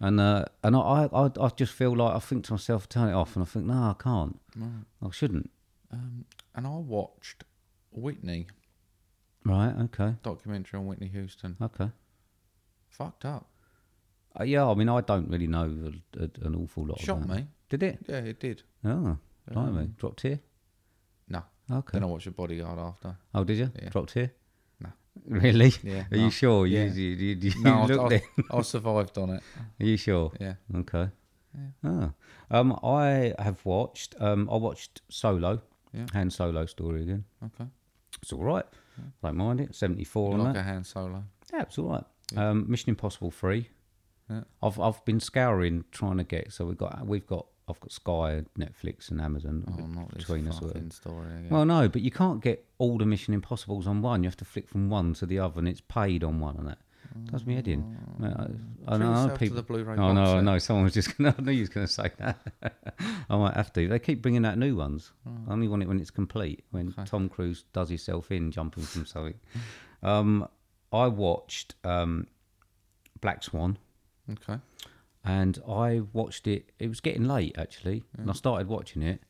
[SPEAKER 2] And uh, and I, I I I just feel like I think to myself, turn it off, and I think, no, I can't. I shouldn't.
[SPEAKER 1] Um, and I watched Whitney
[SPEAKER 2] Right? Okay.
[SPEAKER 1] documentary on Whitney Houston.
[SPEAKER 2] Okay.
[SPEAKER 1] Fucked up.
[SPEAKER 2] Uh, yeah, I mean, I don't really know a, a, an awful lot.
[SPEAKER 1] Shocked
[SPEAKER 2] about it.
[SPEAKER 1] me.
[SPEAKER 2] Did it?
[SPEAKER 1] Yeah, it did.
[SPEAKER 2] Oh, Blimey.
[SPEAKER 1] Um,
[SPEAKER 2] Dropped here?
[SPEAKER 1] No.
[SPEAKER 2] Okay.
[SPEAKER 1] Then I watched The Bodyguard after.
[SPEAKER 2] Oh, did you?
[SPEAKER 1] Yeah.
[SPEAKER 2] Dropped here?
[SPEAKER 1] No.
[SPEAKER 2] [laughs] Really?
[SPEAKER 1] Yeah,
[SPEAKER 2] Are
[SPEAKER 1] no.
[SPEAKER 2] you sure? You,
[SPEAKER 1] Yeah.
[SPEAKER 2] you, you, you
[SPEAKER 1] No,
[SPEAKER 2] looked
[SPEAKER 1] I,
[SPEAKER 2] there.
[SPEAKER 1] I, I survived on it.
[SPEAKER 2] Are you sure?
[SPEAKER 1] Yeah.
[SPEAKER 2] Okay. Ah. Um, I have watched. Um, I watched Solo.
[SPEAKER 1] Yeah.
[SPEAKER 2] Han Solo story again.
[SPEAKER 1] Okay.
[SPEAKER 2] It's all right. Don't mind it. Seventy four on
[SPEAKER 1] like
[SPEAKER 2] that.
[SPEAKER 1] a hand solo.
[SPEAKER 2] Yeah, it's all right. Um, Mission Impossible three.
[SPEAKER 1] Yeah.
[SPEAKER 2] I've I've been scouring trying to get. So we've got we've got I've got Sky, Netflix, and Amazon
[SPEAKER 1] Oh, not this
[SPEAKER 2] between us. or whatever.
[SPEAKER 1] fucking story again.
[SPEAKER 2] Well, no, but you can't get all the Mission Impossibles on one. You have to flick from one to the other, and it's paid on one, and that does me head in. I- I, I
[SPEAKER 1] Treat
[SPEAKER 2] know
[SPEAKER 1] Mm. yourself
[SPEAKER 2] other
[SPEAKER 1] to
[SPEAKER 2] people.
[SPEAKER 1] the Blu-ray box eh?
[SPEAKER 2] oh no, I
[SPEAKER 1] set.
[SPEAKER 2] know. Someone was just [laughs] gonna. I knew you was gonna say that. [laughs] I might have to. They keep bringing out new ones.
[SPEAKER 1] Mm.
[SPEAKER 2] I only want it when it's complete. When Tom Cruise does himself in jumping from something. Um, I watched um, Black Swan
[SPEAKER 1] okay.
[SPEAKER 2] and I watched it. It was getting late actually, and I started watching it.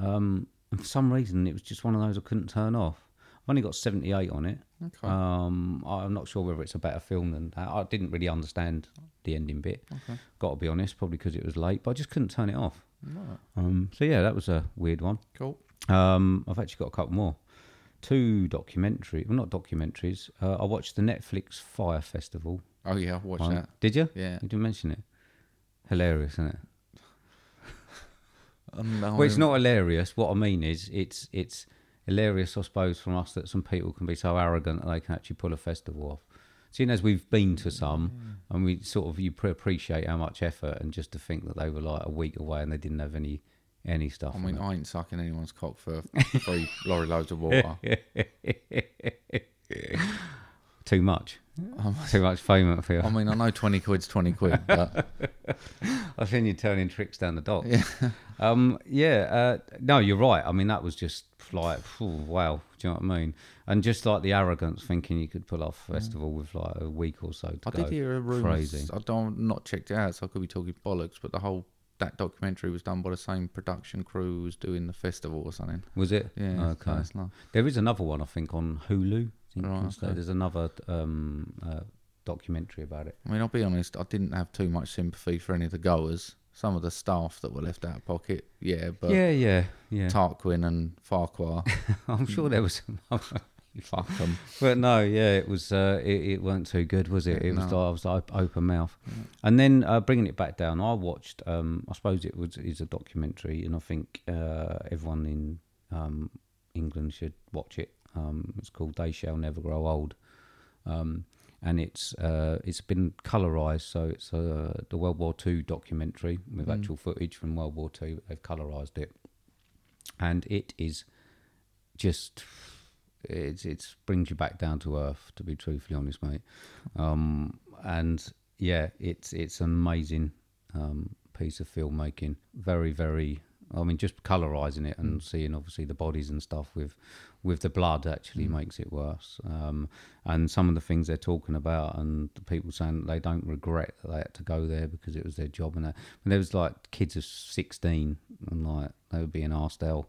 [SPEAKER 2] Um, and for some reason, it was just one of those I couldn't turn off. I've only got seventy eight on it.
[SPEAKER 1] Okay.
[SPEAKER 2] Um, I'm not sure whether it's a better film than that. I didn't really understand the ending bit. Got to be honest, probably because it was late, but I just couldn't turn it off. Um, so yeah, that was a weird one.
[SPEAKER 1] Cool.
[SPEAKER 2] Um, I've actually got a couple more. Two documentary, well, not documentaries. Uh, I watched the Netflix Fire Festival.
[SPEAKER 1] Oh yeah, I watched
[SPEAKER 2] one.
[SPEAKER 1] that.
[SPEAKER 2] Did you?
[SPEAKER 1] Yeah.
[SPEAKER 2] You didn't mention it. Hilarious, isn't it?
[SPEAKER 1] Oh, no,
[SPEAKER 2] Well, it's not hilarious. What I mean is, it's it's hilarious, I suppose, from us that some people can be so arrogant that they can actually pull a festival off. Seeing as we've been to some,
[SPEAKER 1] Mm.
[SPEAKER 2] and we sort of you pre- appreciate how much effort, and just to think that they were like a week away and they didn't have any any stuff.
[SPEAKER 1] I
[SPEAKER 2] on
[SPEAKER 1] mean,
[SPEAKER 2] it.
[SPEAKER 1] I ain't sucking anyone's cock [laughs] for three lorry loads of water.
[SPEAKER 2] [laughs] too much, too much fame for you.
[SPEAKER 1] [laughs] I mean, I know twenty quid's twenty quid, but
[SPEAKER 2] I've seen you turning tricks down the dock. Yeah. [laughs] Um, yeah. Uh, no, you're right. I mean, that was just like, phew, wow. Do you know what I mean? And just like the arrogance, thinking you could pull off a festival with like a week or so. To
[SPEAKER 1] [laughs] I
[SPEAKER 2] go.
[SPEAKER 1] did hear a rumor.
[SPEAKER 2] Crazy.
[SPEAKER 1] I don't not checked it out, so I could be talking bollocks. But the whole that documentary was done by the same production crew who was doing the festival or something.
[SPEAKER 2] Was it?
[SPEAKER 1] Yeah, so
[SPEAKER 2] Okay.
[SPEAKER 1] it's not-
[SPEAKER 2] There is another one, I think, on Hulu. I think
[SPEAKER 1] Right,
[SPEAKER 2] instead.
[SPEAKER 1] okay.
[SPEAKER 2] There's another um, uh, documentary about it.
[SPEAKER 1] I mean, I'll be honest. I didn't have too much sympathy for any of the goers. Some of the staff that were left out of pocket, yeah, but
[SPEAKER 2] yeah, yeah, yeah.
[SPEAKER 1] Tarquin and Farquhar,
[SPEAKER 2] [laughs] I'm sure there was another.
[SPEAKER 1] fuck them.
[SPEAKER 2] But no, yeah, it was. Uh, it, it weren't too good, was it? It was.
[SPEAKER 1] No.
[SPEAKER 2] Like, I was like open mouth, and then uh, bringing it back down. I watched. Um, I suppose it was is a documentary, and I think uh, everyone in um, England should watch it. Um, it's called "They Shall Never Grow Old," um, and it's uh, it's been colorized. So it's uh, the World War Two documentary with actual footage from World War Two. They've colorized it, and it is just it's it's brings you back down to earth to be truthfully honest mate um and yeah it's it's an amazing um piece of filmmaking very very i mean just colorizing it and seeing obviously the bodies and stuff with with the blood actually makes it worse um and some of the things they're talking about and the people saying that they don't regret that they had to go there because it was their job and that and there was like kids of 16 and like they were being asked out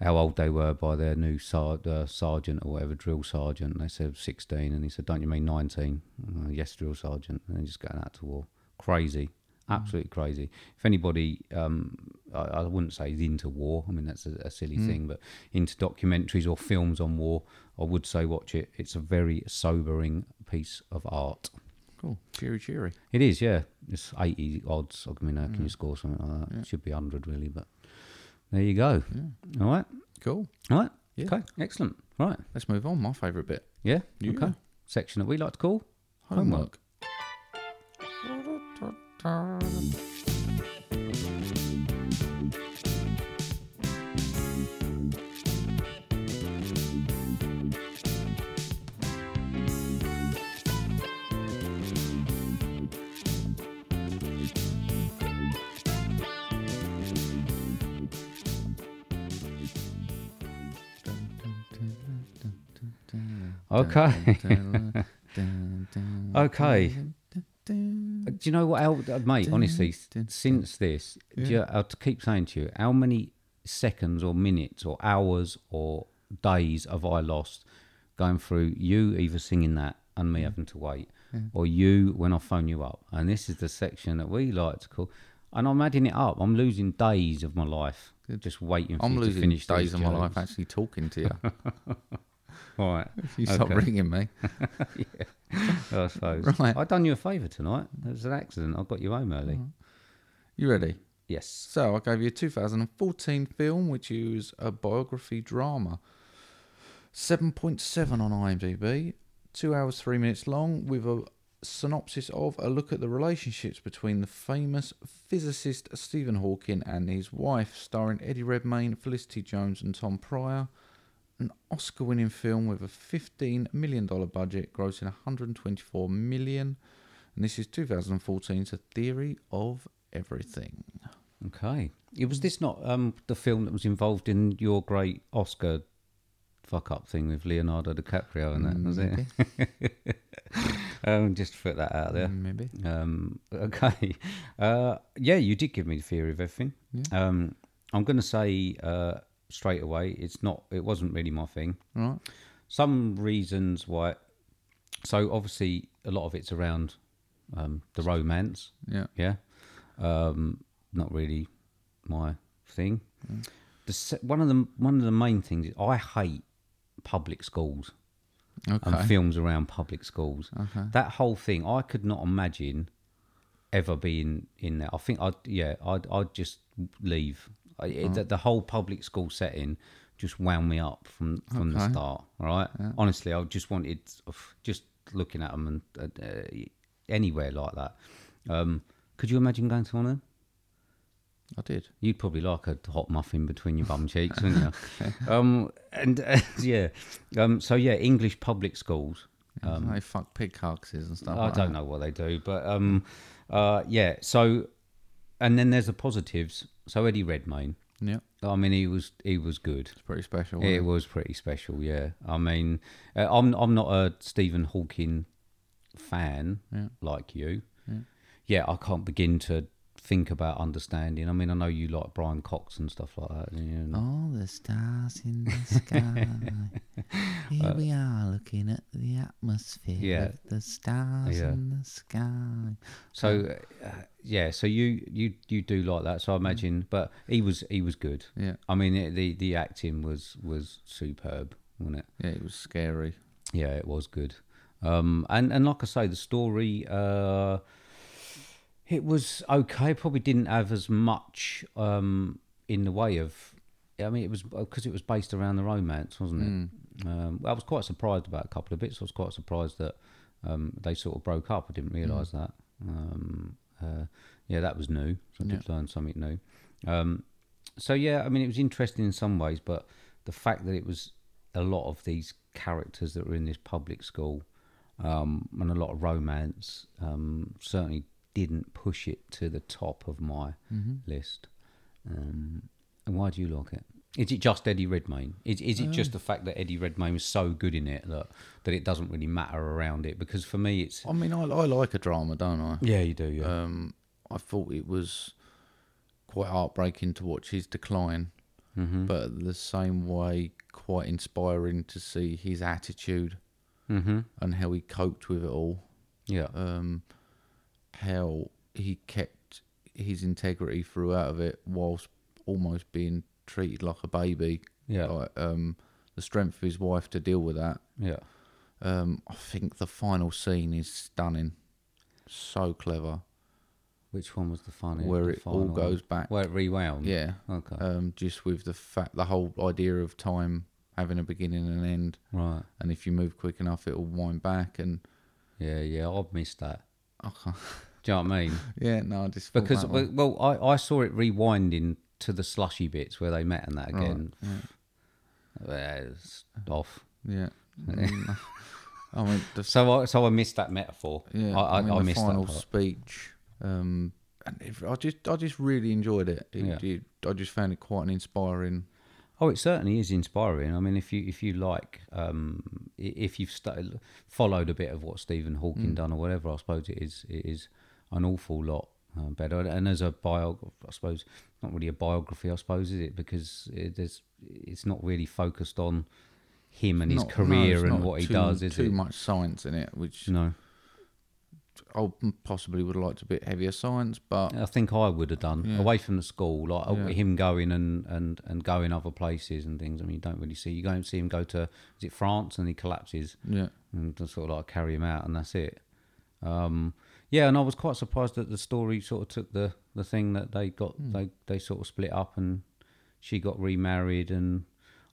[SPEAKER 2] how old they were by their new sar- uh, sergeant or whatever, drill sergeant. They said 16, and he said, Don't you mean 19? Uh, yes, drill sergeant. And they're just going out to war. Crazy. Absolutely crazy. If anybody, um, I, I wouldn't say is into war, I mean, that's a, a silly thing, but into documentaries or films on war, I would say watch it. It's a very sobering piece of art.
[SPEAKER 1] Cool, cheery, cheery.
[SPEAKER 2] It is, yeah. It's 80 odds. I mean, uh, can you score something like that? It should be 100, really, but there you go. All right.
[SPEAKER 1] Cool.
[SPEAKER 2] All right.
[SPEAKER 1] Yeah.
[SPEAKER 2] Okay. Excellent. Right.
[SPEAKER 1] Let's move on. My favourite bit.
[SPEAKER 2] Yeah.
[SPEAKER 1] Yeah.
[SPEAKER 2] Okay. Section that we like to call
[SPEAKER 1] Homework.
[SPEAKER 2] Okay. [laughs] Okay. Do you know what, how, uh, mate? Honestly, s- since this, do you, I'll t- keep saying to you, how many seconds or minutes or hours or days have I lost going through you either singing that and
[SPEAKER 1] Mm.
[SPEAKER 2] me having to wait, or you when I phone you up? And this is the section that we like to call. And I'm adding it up. I'm losing days of my life
[SPEAKER 1] Good.
[SPEAKER 2] Just waiting for
[SPEAKER 1] I'm
[SPEAKER 2] you to
[SPEAKER 1] losing
[SPEAKER 2] finish
[SPEAKER 1] days
[SPEAKER 2] these
[SPEAKER 1] of my
[SPEAKER 2] jokes.
[SPEAKER 1] life actually talking
[SPEAKER 2] [laughs]
[SPEAKER 1] to you.
[SPEAKER 2] All
[SPEAKER 1] [laughs]
[SPEAKER 2] right.
[SPEAKER 1] You stop
[SPEAKER 2] Okay.
[SPEAKER 1] ringing me.
[SPEAKER 2] I suppose.
[SPEAKER 1] Right.
[SPEAKER 2] I done you a favour tonight. It was an accident. I got you home early.
[SPEAKER 1] You ready?
[SPEAKER 2] Yes.
[SPEAKER 1] So I gave you a 2014 film, which is a biography drama. 7.7 on IMDb, two hours three minutes long, with a synopsis of a look at the relationships between the famous physicist Stephen Hawking and his wife, starring Eddie Redmayne, Felicity Jones, and Tom Pryor. An Oscar-winning film with a 15 million dollar budget, grossing 124 million, and this is 2014's A Theory of Everything.
[SPEAKER 2] Okay. It was this not um, the film that was involved in your great Oscar fuck up thing with Leonardo DiCaprio and that, was it? [laughs] um, just to put that out there.
[SPEAKER 1] Maybe.
[SPEAKER 2] Um, [laughs] okay. Uh, yeah, you did give me the theory of everything. Um, I'm going to say uh, straight away, it's not. It wasn't really my thing.
[SPEAKER 1] Right.
[SPEAKER 2] Some reasons why. So obviously, a lot of it's around um, the romance.
[SPEAKER 1] Yeah.
[SPEAKER 2] Yeah. Um, not really my thing. The se- one of the one of the main things is I hate public schools
[SPEAKER 1] Okay.
[SPEAKER 2] and films around public schools. That whole thing, I could not imagine ever being in there. I think I'd yeah, I'd I'd just leave. I, it, the, the whole public school setting just wound me up from from the start. all Right? Honestly, I just wanted oof, just looking at them and uh, anywhere like that. Um, could you imagine going to one of them?
[SPEAKER 1] I did.
[SPEAKER 2] You'd probably like a hot muffin between your bum cheeks, wouldn't you? Um, and [laughs] uh, yeah, um, so yeah, English public schools.
[SPEAKER 1] they fuck pig carcasses and stuff.
[SPEAKER 2] I
[SPEAKER 1] like
[SPEAKER 2] don't know what they do, but um, uh, yeah. So, and then there's the positives. So Eddie Redmayne.
[SPEAKER 1] That. Yeah.
[SPEAKER 2] I mean, he was he was good.
[SPEAKER 1] It's pretty special.
[SPEAKER 2] It
[SPEAKER 1] wasn't
[SPEAKER 2] was pretty special, yeah. I mean, uh, I'm I'm not a Stephen Hawking fan like you. Yeah. I can't begin to think about understanding. I mean, I know you like Brian Cox and stuff like that. You know,
[SPEAKER 6] All the stars in the
[SPEAKER 1] [laughs]
[SPEAKER 6] sky.
[SPEAKER 1] Uh,
[SPEAKER 6] Here we are looking at the atmosphere
[SPEAKER 2] Yeah.
[SPEAKER 6] of the stars
[SPEAKER 2] Yeah.
[SPEAKER 6] in the sky.
[SPEAKER 2] So uh, yeah, so you you you do like that. So I imagine, but he was he was good.
[SPEAKER 1] Yeah.
[SPEAKER 2] I mean it, the the acting was was superb, wasn't it?
[SPEAKER 1] Yeah, it was scary.
[SPEAKER 2] Yeah, it was good. Um, and and like I say, the story uh, it was okay. Probably didn't have as much um in the way of. I mean, it was because it was based around the romance, wasn't it? Um, I was quite surprised about a couple of bits. I was quite surprised that um, they sort of broke up. I didn't realise that. Um, uh, yeah, that was new. So I did learn something new. Um, so yeah, I mean, it was interesting in some ways, but the fact that it was a lot of these characters that were in this public school um, and a lot of romance um, certainly didn't push it to the top of my
[SPEAKER 1] Mm-hmm.
[SPEAKER 2] list. Um, and why do you like it? Is it just Eddie Redmayne? Is, is it
[SPEAKER 1] Uh.
[SPEAKER 2] just the fact that Eddie Redmayne was so good in it that, that it doesn't really matter around it? Because for me, it's
[SPEAKER 1] I mean, I, I like a drama, don't I?
[SPEAKER 2] yeah, you do, yeah,
[SPEAKER 1] Um, I thought it was quite heartbreaking to watch his decline, but at the same way, quite inspiring to see his attitude and how he coped with it all.
[SPEAKER 2] Mm-hmm. yeah,
[SPEAKER 1] um, how he kept his integrity throughout of it whilst almost being treated like a baby.
[SPEAKER 2] Yeah.
[SPEAKER 1] Like, um, the strength of his wife to deal with that.
[SPEAKER 2] yeah.
[SPEAKER 1] Um, I think the final scene is stunning. So clever.
[SPEAKER 2] Which one was the funny?
[SPEAKER 1] Where
[SPEAKER 2] the
[SPEAKER 1] it all
[SPEAKER 2] final one?
[SPEAKER 1] goes back.
[SPEAKER 2] Where it rewound.
[SPEAKER 1] Yeah.
[SPEAKER 2] Mm. Okay.
[SPEAKER 1] Um, just with the fact, the whole idea of time having a beginning and an end.
[SPEAKER 2] Right.
[SPEAKER 1] And if you move quick enough, it'll wind back. And [laughs]
[SPEAKER 2] Yeah, yeah, I've missed that.
[SPEAKER 1] I can't-
[SPEAKER 2] Do you
[SPEAKER 1] [laughs]
[SPEAKER 2] know what I mean?
[SPEAKER 1] yeah, no, I just thought
[SPEAKER 2] Because
[SPEAKER 1] that one.
[SPEAKER 2] well, well, I, I saw it rewinding to the slushy bits where they met and that again. Yeah, it's off. [laughs]
[SPEAKER 1] Yeah. Mm. [laughs] I mean, the,
[SPEAKER 2] So I so I missed that metaphor.
[SPEAKER 1] yeah,
[SPEAKER 2] I I, I,
[SPEAKER 1] mean, the
[SPEAKER 2] missed
[SPEAKER 1] final
[SPEAKER 2] that part.
[SPEAKER 1] speech. Um, and if, I just, I just really enjoyed it. It-
[SPEAKER 2] Yeah.
[SPEAKER 1] it- I just found it quite an inspiring.
[SPEAKER 2] Oh, it certainly is inspiring. I mean, if you if you like, um, i- if you've st- followed a bit of what Stephen Hawking
[SPEAKER 1] Mm.
[SPEAKER 2] done or whatever, I suppose it is it is an awful lot uh, better. And as a biography, I suppose not really a biography, I suppose is it because it, there's it's not really focused on him and his
[SPEAKER 1] Not- no,
[SPEAKER 2] career
[SPEAKER 1] it's
[SPEAKER 2] and
[SPEAKER 1] not
[SPEAKER 2] what he
[SPEAKER 1] too-
[SPEAKER 2] does. Is Mm.
[SPEAKER 1] too
[SPEAKER 2] it?
[SPEAKER 1] much science in it, which
[SPEAKER 2] No.
[SPEAKER 1] I possibly would have liked a bit heavier science, but
[SPEAKER 2] I think I would have done away from the school, like uh,
[SPEAKER 1] Yeah.
[SPEAKER 2] him going and, and, and going other places and things. I mean, you don't really see you don't see him go to is it France and he collapses
[SPEAKER 1] yeah,
[SPEAKER 2] and just sort of like carry him out and that's it. Um, yeah, and I was quite surprised that the story sort of took the, the thing that they got they they sort of split up and she got remarried and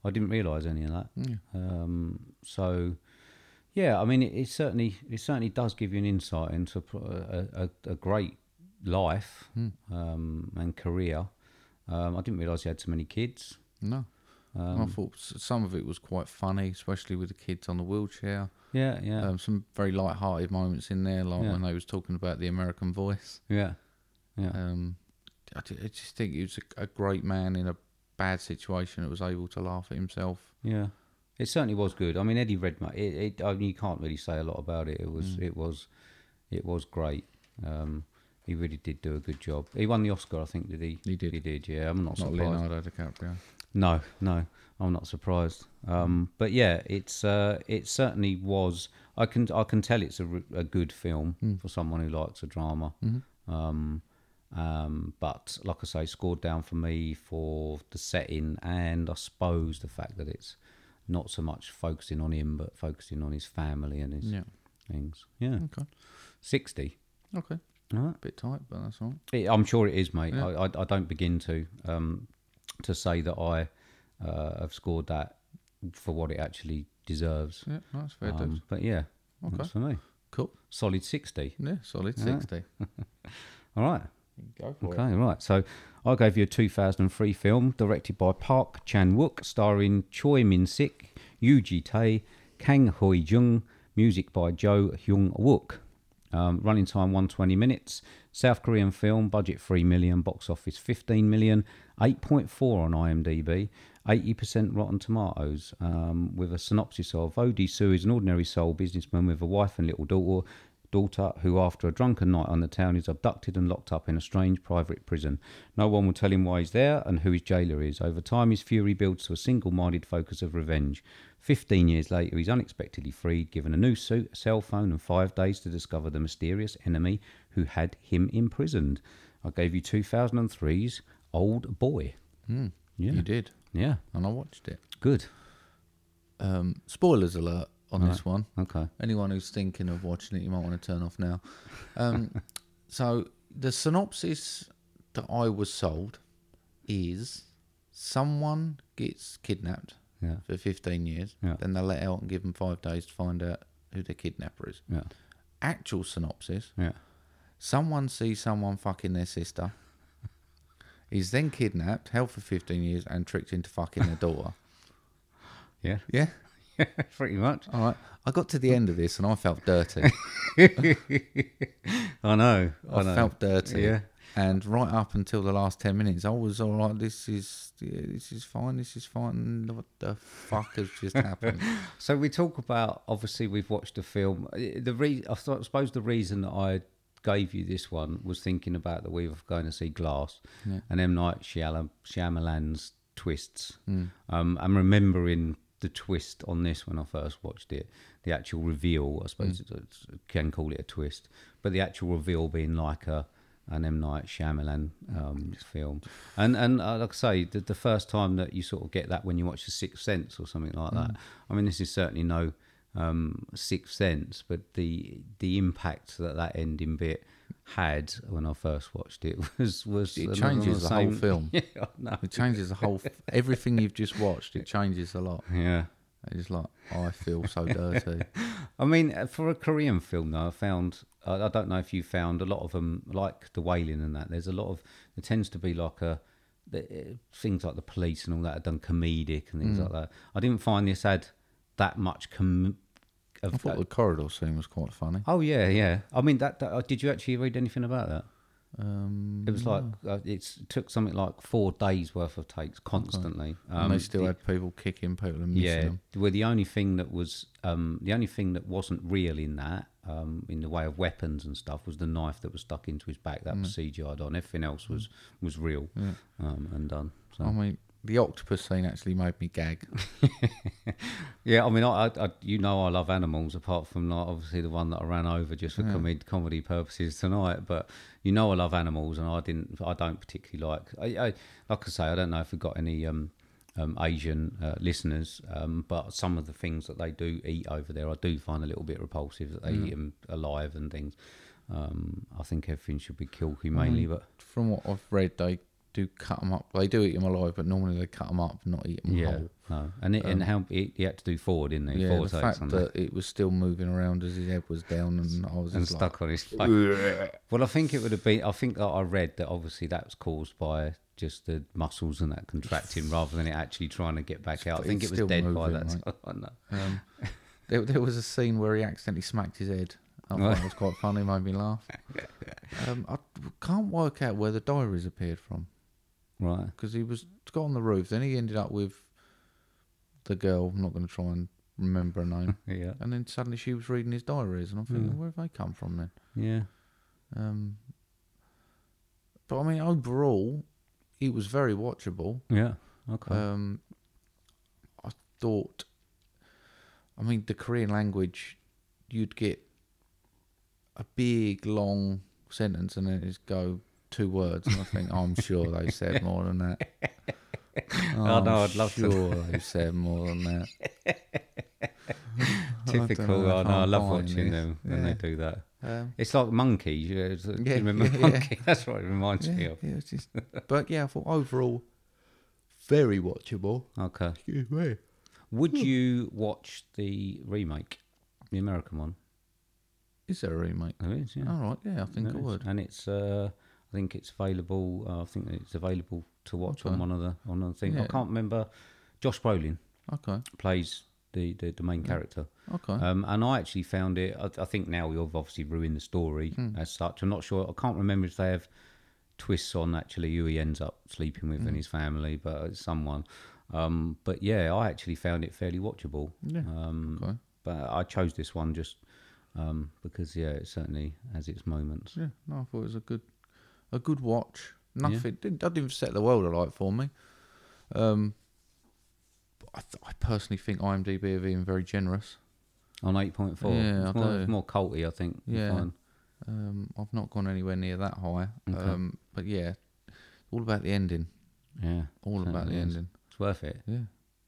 [SPEAKER 2] I didn't realise any of that. Um, so yeah, I mean it, it certainly it certainly does give you an insight into pro- a, a, a great life um, and career. Um, I didn't realise he had so many kids.
[SPEAKER 1] no. I
[SPEAKER 2] Um,
[SPEAKER 1] thought s- some of it was quite funny, especially with the kids on the wheelchair.
[SPEAKER 2] Yeah, yeah,
[SPEAKER 1] Um, some very light-hearted moments in there, like
[SPEAKER 2] Yeah.
[SPEAKER 1] when they was talking about the American voice.
[SPEAKER 2] yeah, yeah.
[SPEAKER 1] Um, I, ju- I just think he was a, a great man in a bad situation that was able to laugh at himself.
[SPEAKER 2] Yeah, it certainly was good. I mean, Eddie Redmayne. It, it, I mean, you can't really say a lot about it. It was, it was, it was great. Um, he really did do a good job. He won the Oscar, I think. Did he?
[SPEAKER 1] He did.
[SPEAKER 2] He did. Yeah, I'm
[SPEAKER 1] Not
[SPEAKER 2] not, surprised.
[SPEAKER 1] Leonardo DiCaprio.
[SPEAKER 2] No, no, I'm not surprised. Um, but yeah, it's uh, it certainly was. I can I can tell it's a, r- a good film for someone who likes a drama. Um, um, but like I say, scored down for me for the setting and I suppose the fact that it's not so much focusing on him, but focusing on his family and his
[SPEAKER 1] Yeah. Hmm.
[SPEAKER 2] things. Yeah,
[SPEAKER 1] Okay.
[SPEAKER 2] sixty.
[SPEAKER 1] Okay.
[SPEAKER 2] All right.
[SPEAKER 1] Bit tight, but that's all. right.
[SPEAKER 2] It, I'm sure it is, mate. I, I, I don't begin to um, to say that I uh, have scored that for what it actually deserves.
[SPEAKER 1] Yeah, nice. Fair dues.
[SPEAKER 2] Um, but yeah, that's for me.
[SPEAKER 1] Cool.
[SPEAKER 2] Solid sixty.
[SPEAKER 1] Yeah, solid 60.
[SPEAKER 2] All right.
[SPEAKER 1] Go for
[SPEAKER 2] Okay, right. So I gave you a 2003 film directed by Park Chan Wook, starring Choi Min Sik, Yu Ji Tae, Kang Hoi Jung, music by Jo Hyung Wook. Um, running time 120 minutes. South Korean film, budget 3 million, box office 15 million, 8.4 on IMDb, 80% Rotten Tomatoes, um, with a synopsis of Odi Su is an ordinary soul businessman with a wife and little daughter daughter who, after a drunken night on the town, is abducted and locked up in a strange private prison. No one will tell him why he's there and who his jailer is. Over time, his fury builds to a single minded focus of revenge. Fifteen years later, he's unexpectedly freed, given a new suit, a cell phone, and five days to discover the mysterious enemy who had him imprisoned. I gave you 2003's Old Boy. Yeah.
[SPEAKER 1] You did.
[SPEAKER 2] Yeah,
[SPEAKER 1] And I watched it.
[SPEAKER 2] good.
[SPEAKER 1] Um, spoilers alert on this one.
[SPEAKER 2] Okay.
[SPEAKER 1] Anyone who's thinking of watching it, you might want to turn off now. Um,
[SPEAKER 2] [laughs]
[SPEAKER 1] so the synopsis that I was sold is someone gets kidnapped
[SPEAKER 2] Yeah.
[SPEAKER 1] for 15 years,
[SPEAKER 2] Yeah.
[SPEAKER 1] then they're let out and give them five days to find out who their kidnapper is.
[SPEAKER 2] Yeah.
[SPEAKER 1] Actual synopsis
[SPEAKER 2] Yeah.
[SPEAKER 1] someone sees someone fucking their sister, is then kidnapped, held for 15 years, and tricked into fucking their daughter.
[SPEAKER 2] [laughs] Yeah. [laughs]
[SPEAKER 1] Yeah.
[SPEAKER 2] Pretty much.
[SPEAKER 1] All right. I got to the end of this and I felt dirty.
[SPEAKER 2] I know. [laughs] I,
[SPEAKER 1] I
[SPEAKER 2] know.
[SPEAKER 1] felt dirty.
[SPEAKER 2] Yeah.
[SPEAKER 1] And right up until the last 10 minutes, I was all right. This is yeah, this is fine. This is fine. What the fuck has
[SPEAKER 2] [laughs]
[SPEAKER 1] just happened?
[SPEAKER 2] So we talk about obviously we've watched the film. Uh, The re- I thought- I suppose the reason that I gave you this one was thinking about that we were going to see Glass and M Night Shyamalan, Shyamalan's twists. Um, I'm remembering the twist on this when I first watched it. The actual reveal, I suppose it's it's- you can call it a twist, but the actual reveal being like a an M Night Shyamalan um, film, and and uh, like I say, the, the first time that you sort of get that when you watch The Sixth Sense or something like
[SPEAKER 1] Mm.
[SPEAKER 2] that. I mean, this is certainly no um, Sixth Sense, but the the impact that that ending bit had when I first watched it [laughs] was was
[SPEAKER 1] It
[SPEAKER 2] another
[SPEAKER 1] changes the whole
[SPEAKER 2] same-
[SPEAKER 1] film.
[SPEAKER 2] [laughs] Yeah, I know.
[SPEAKER 1] It changes the whole, f- everything you've just watched, it changes a lot.
[SPEAKER 2] yeah.
[SPEAKER 1] It's just like, I feel so dirty.
[SPEAKER 2] I mean, uh, for a Korean film, though, I found I, I don't know if you found a lot of them like the wailing and that. There's a lot of there tends to be like a the, uh, things like the police and all that are done comedic and things
[SPEAKER 1] Hmm.
[SPEAKER 2] like that. I didn't find this had that much com. Of,
[SPEAKER 1] I thought the corridor scene was quite funny.
[SPEAKER 2] oh yeah, yeah. I mean, that, that uh, did you actually read anything about that?
[SPEAKER 1] Um,
[SPEAKER 2] It was like uh, it's took something like four days worth of takes constantly.
[SPEAKER 1] and they still had people kicking people and missing
[SPEAKER 2] Um, yeah,
[SPEAKER 1] them.
[SPEAKER 2] well, the only thing that was um, the only thing that wasn't real in that, um, in the way of weapons and stuff, was the knife that was stuck
[SPEAKER 1] Mm.
[SPEAKER 2] into his back. That was CGI'd on. Everything else was was real um, and done. So
[SPEAKER 1] I mean, The octopus scene actually made me
[SPEAKER 2] [laughs]
[SPEAKER 1] gag.
[SPEAKER 2] Yeah, I mean, I, I, I- you know, I love animals. Apart from like obviously the one that I ran over just for comed- comedy purposes tonight, but you know, I love animals, and I didn't. I don't particularly like. I, I like I say, I don't know if we've got any um, um, Asian uh, listeners, um, but some of the things that they do eat over there, I do find a little bit repulsive. That they
[SPEAKER 1] Mm.
[SPEAKER 2] eat 'em eat them alive and things. Um, I think everything should be killed humanely,
[SPEAKER 1] Mm.
[SPEAKER 2] but
[SPEAKER 1] From what I've read, they do cut them up. They do eat them alive, but normally they cut them up, not eat them
[SPEAKER 2] yeah,
[SPEAKER 1] whole.
[SPEAKER 2] no. And it, and how it, he had to do forward, didn't he?
[SPEAKER 1] Um, Yeah,
[SPEAKER 2] forward
[SPEAKER 1] the
[SPEAKER 2] takes
[SPEAKER 1] fact
[SPEAKER 2] on
[SPEAKER 1] that it was still moving around as his head was down, and I was
[SPEAKER 2] and
[SPEAKER 1] just
[SPEAKER 2] stuck on
[SPEAKER 1] [laughs]
[SPEAKER 2] his face. well, I think it would have been. I think that I read that obviously that was caused by just the muscles and that contracting rather than it actually trying to get back out. I
[SPEAKER 1] It's
[SPEAKER 2] think it was
[SPEAKER 1] still
[SPEAKER 2] dead by
[SPEAKER 1] moving,
[SPEAKER 2] that
[SPEAKER 1] mate.
[SPEAKER 2] [laughs] time. I know.
[SPEAKER 1] like, um, there, there was a scene where he accidentally smacked his head. I thought
[SPEAKER 2] [laughs]
[SPEAKER 1] it was quite funny, made me laugh. Um, I can't work out where the diaries appeared from.
[SPEAKER 2] Right.
[SPEAKER 1] because he was got on the roof. Then he ended up with the girl. I'm not going to try and remember her
[SPEAKER 2] [laughs]
[SPEAKER 1] name.
[SPEAKER 2] Yeah.
[SPEAKER 1] and then suddenly she was reading his diaries, and I'm
[SPEAKER 2] Hmm.
[SPEAKER 1] thinking, where have they come from then?
[SPEAKER 2] Yeah.
[SPEAKER 1] Um, but I mean, overall, he was very watchable.
[SPEAKER 2] Yeah. Okay.
[SPEAKER 1] Um, I thought, I mean, the Korean language, you'd get a big long sentence and then just go two words, and I think I'm sure they
[SPEAKER 2] [laughs]
[SPEAKER 1] said more than that. I'm
[SPEAKER 2] no, I'd love to-
[SPEAKER 1] sure they said more than
[SPEAKER 2] [laughs]
[SPEAKER 1] that.
[SPEAKER 2] Typical.
[SPEAKER 1] know, I
[SPEAKER 2] I, know. I
[SPEAKER 1] can't
[SPEAKER 2] love
[SPEAKER 1] find
[SPEAKER 2] watching
[SPEAKER 1] this.
[SPEAKER 2] them when they do that.
[SPEAKER 1] Um,
[SPEAKER 2] It's like monkeys. You, know, it's- do you
[SPEAKER 1] Yeah,
[SPEAKER 2] remember
[SPEAKER 1] yeah, yeah.
[SPEAKER 2] monkey? [laughs] That's what it reminds me
[SPEAKER 1] yeah,
[SPEAKER 2] of.
[SPEAKER 1] yeah, it's just, but yeah, I thought overall, very watchable.
[SPEAKER 2] Okay.
[SPEAKER 1] Excuse me. Hmm.
[SPEAKER 2] Would you watch the remake, the American one?
[SPEAKER 1] Is there a remake?
[SPEAKER 2] There is. Yeah.
[SPEAKER 1] All right, yeah, I think
[SPEAKER 2] It
[SPEAKER 1] I
[SPEAKER 2] is.
[SPEAKER 1] would.
[SPEAKER 2] And it's uh, I think it's available. Uh, I think it's available to watch on
[SPEAKER 1] Okay.
[SPEAKER 2] one of the on the thing. I
[SPEAKER 1] Yeah.
[SPEAKER 2] can't remember. Josh Brolin
[SPEAKER 1] Okay,
[SPEAKER 2] plays the the, the main character.
[SPEAKER 1] okay.
[SPEAKER 2] Um, and I actually found it. I, I think now we've obviously ruined the story
[SPEAKER 1] Hmm.
[SPEAKER 2] as such. I'm not sure. I can't remember if they have twists on actually who he ends up sleeping with
[SPEAKER 1] Hmm.
[SPEAKER 2] and his family, but it's someone. Um, but yeah, I actually found it fairly watchable.
[SPEAKER 1] Yeah,
[SPEAKER 2] Um,
[SPEAKER 1] okay.
[SPEAKER 2] But I chose this one just um, because yeah, it certainly has its moments.
[SPEAKER 1] Yeah, no, I thought it was a good, a good watch. Nothing didn't that didn't set the world alight for me. Um, but I, th- I personally think IMDb are being very generous.
[SPEAKER 2] On eight point four,
[SPEAKER 1] Yeah,
[SPEAKER 2] it's
[SPEAKER 1] I
[SPEAKER 2] more,
[SPEAKER 1] do.
[SPEAKER 2] it's more culty, I think. you
[SPEAKER 1] Yeah.
[SPEAKER 2] find.
[SPEAKER 1] Um, I've not gone anywhere near that high. Um, but yeah, all about the ending.
[SPEAKER 2] yeah,
[SPEAKER 1] All about the
[SPEAKER 2] certainly is.
[SPEAKER 1] ending.
[SPEAKER 2] It's worth it.
[SPEAKER 1] Yeah,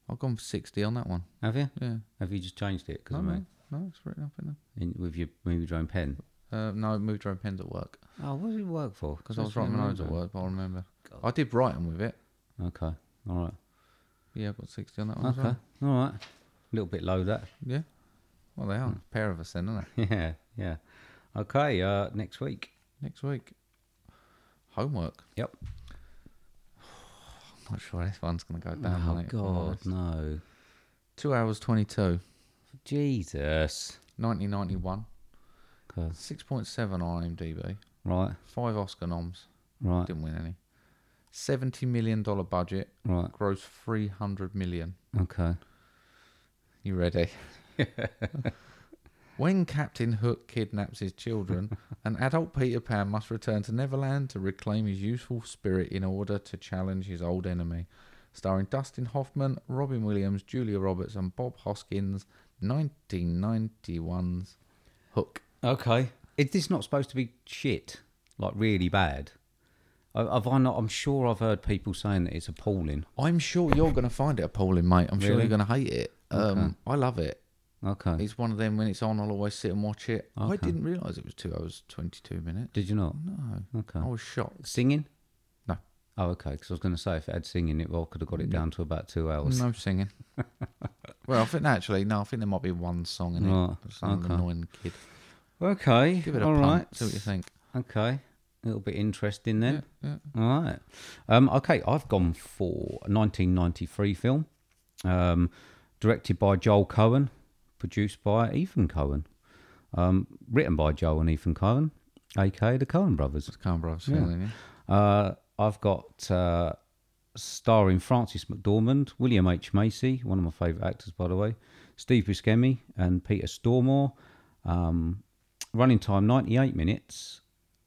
[SPEAKER 1] I've gone for sixty on that one.
[SPEAKER 2] Have you?
[SPEAKER 1] Yeah,
[SPEAKER 2] Have you just changed it because
[SPEAKER 1] no,
[SPEAKER 2] of me?
[SPEAKER 1] no, no, it's written up in there.
[SPEAKER 2] In, with your moved your own pen.
[SPEAKER 1] Uh, no, I moved around pens at work
[SPEAKER 2] Oh, what did it work for?
[SPEAKER 1] because I was writing my notes at work. But I remember I did write them with it.
[SPEAKER 2] Okay, all right.
[SPEAKER 1] Yeah, I've got sixty on that one.
[SPEAKER 2] Okay,
[SPEAKER 1] As well.
[SPEAKER 2] all right. A little bit low that.
[SPEAKER 1] Yeah. Well, they are a pair of us then, aren't they?
[SPEAKER 2] [laughs] Yeah, yeah. Okay, uh, next week.
[SPEAKER 1] Next week. Homework.
[SPEAKER 2] Yep.
[SPEAKER 1] I'm not sure this one's going to go down.
[SPEAKER 2] Oh
[SPEAKER 1] mate, if I'm
[SPEAKER 2] God,
[SPEAKER 1] honest.
[SPEAKER 2] no.
[SPEAKER 1] Two hours 22.
[SPEAKER 2] Jesus.
[SPEAKER 1] 1991.
[SPEAKER 2] 'Cause-
[SPEAKER 1] 6.7 on IMDb.
[SPEAKER 2] Right,
[SPEAKER 1] Five Oscar noms.
[SPEAKER 2] right,
[SPEAKER 1] Didn't win any. $70 million budget.
[SPEAKER 2] right.
[SPEAKER 1] Gross 300 million.
[SPEAKER 2] Okay.
[SPEAKER 1] You ready? [laughs] when Captain Hook kidnaps his children, an adult Peter Pan must return to Neverland to reclaim his youthful spirit in order to challenge his old enemy. Starring Dustin Hoffman, Robin Williams, Julia Roberts, and Bob Hoskins, 1991's Hook.
[SPEAKER 2] Okay. Is this not supposed to be shit? Like really bad? I- Have I not? I'm sure I've heard people saying that it's appalling.
[SPEAKER 1] I'm sure you're going to find it appalling, mate. I'm sure
[SPEAKER 2] Really?
[SPEAKER 1] you're going to hate it. Um, I love it.
[SPEAKER 2] Okay.
[SPEAKER 1] It's one of them when it's on, I'll always sit and watch it. I didn't realise it was two hours, 22 minutes.
[SPEAKER 2] Did you not?
[SPEAKER 1] No.
[SPEAKER 2] Okay.
[SPEAKER 1] I was shocked.
[SPEAKER 2] Singing?
[SPEAKER 1] No.
[SPEAKER 2] Oh, okay. Because I was going to say if it had singing, it well, could have got it down to about two hours.
[SPEAKER 1] Mm. No singing. [laughs] well, I think actually, no, I think there might be one song in
[SPEAKER 2] Right,
[SPEAKER 1] it. Some
[SPEAKER 2] okay.
[SPEAKER 1] annoying kid.
[SPEAKER 2] Okay.
[SPEAKER 1] Give it a
[SPEAKER 2] All
[SPEAKER 1] punt.
[SPEAKER 2] right.
[SPEAKER 1] See what you think.
[SPEAKER 2] Okay. A little bit interesting then.
[SPEAKER 1] yeah.
[SPEAKER 2] All right. Um, okay, I've gone for a 1993 film, um, directed by Joel Cohen, produced by Ethan Cohen, um, written by Joel and Ethan Cohen, aka the Cohen brothers.
[SPEAKER 1] It's Canberra, I've seen it, yeah.
[SPEAKER 2] Uh, I've got uh, starring Francis McDormand, William H. Macy, one of my favourite actors, by the way, Steve Buscemi, and Peter Stormore. Um, running time 98 minutes,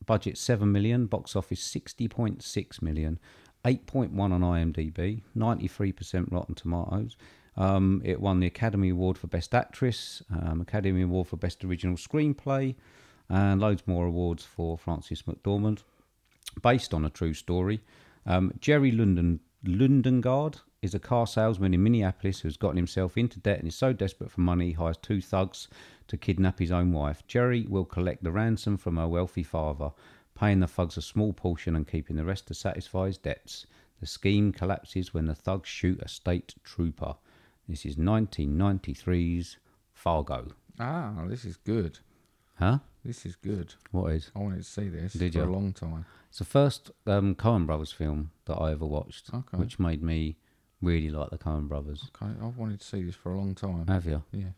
[SPEAKER 2] budget 7 million, box office 60.6 million, 8.1 on IMDb, 93% Rotten Tomatoes. Um, it won the Academy Award for Best Actress, um, Academy Award for Best Original Screenplay, and loads more awards for Frances McDormand. Based on a true story, um, Jerry London Lundengard is a car salesman in Minneapolis who's gotten himself into debt and is so desperate for money he hires two thugs to kidnap his own wife. Jerry will collect the ransom from her wealthy father, paying the thugs a small portion and keeping the rest to satisfy his debts. The scheme collapses when the thugs shoot a state trooper. This is 1993's Fargo.
[SPEAKER 1] Ah, this is good.
[SPEAKER 2] Huh?
[SPEAKER 1] This is good.
[SPEAKER 2] What is?
[SPEAKER 1] I wanted to see this
[SPEAKER 2] Did
[SPEAKER 1] for
[SPEAKER 2] ya?
[SPEAKER 1] a long time.
[SPEAKER 2] It's the first um, Coen Brothers film that I ever watched,
[SPEAKER 1] Okay.
[SPEAKER 2] which made me really like the Coen Brothers.
[SPEAKER 1] Okay, I've wanted to see this for a long time.
[SPEAKER 2] Have you?
[SPEAKER 1] yeah.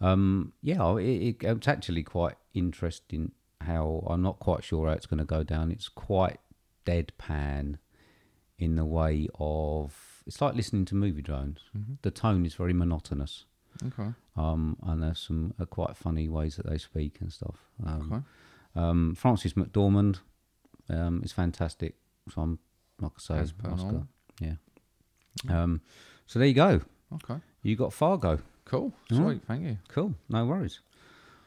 [SPEAKER 2] Um, yeah, it, it, it's actually quite interesting how I'm not quite sure how it's going to go down. It's quite deadpan in the way of it's like listening to movie drones. The tone is very monotonous,
[SPEAKER 1] Okay.
[SPEAKER 2] um, and there's some uh, quite funny ways that they speak and stuff. Um,
[SPEAKER 1] Okay.
[SPEAKER 2] um, Francis McDormand um, is fantastic. So I'm like I say,
[SPEAKER 1] As per
[SPEAKER 2] Oscar.
[SPEAKER 1] normal.
[SPEAKER 2] Yeah. Um, so there you go.
[SPEAKER 1] Okay.
[SPEAKER 2] You got Fargo.
[SPEAKER 1] Cool. Sweet.
[SPEAKER 2] Alright.
[SPEAKER 1] Thank you.
[SPEAKER 2] Cool, no worries.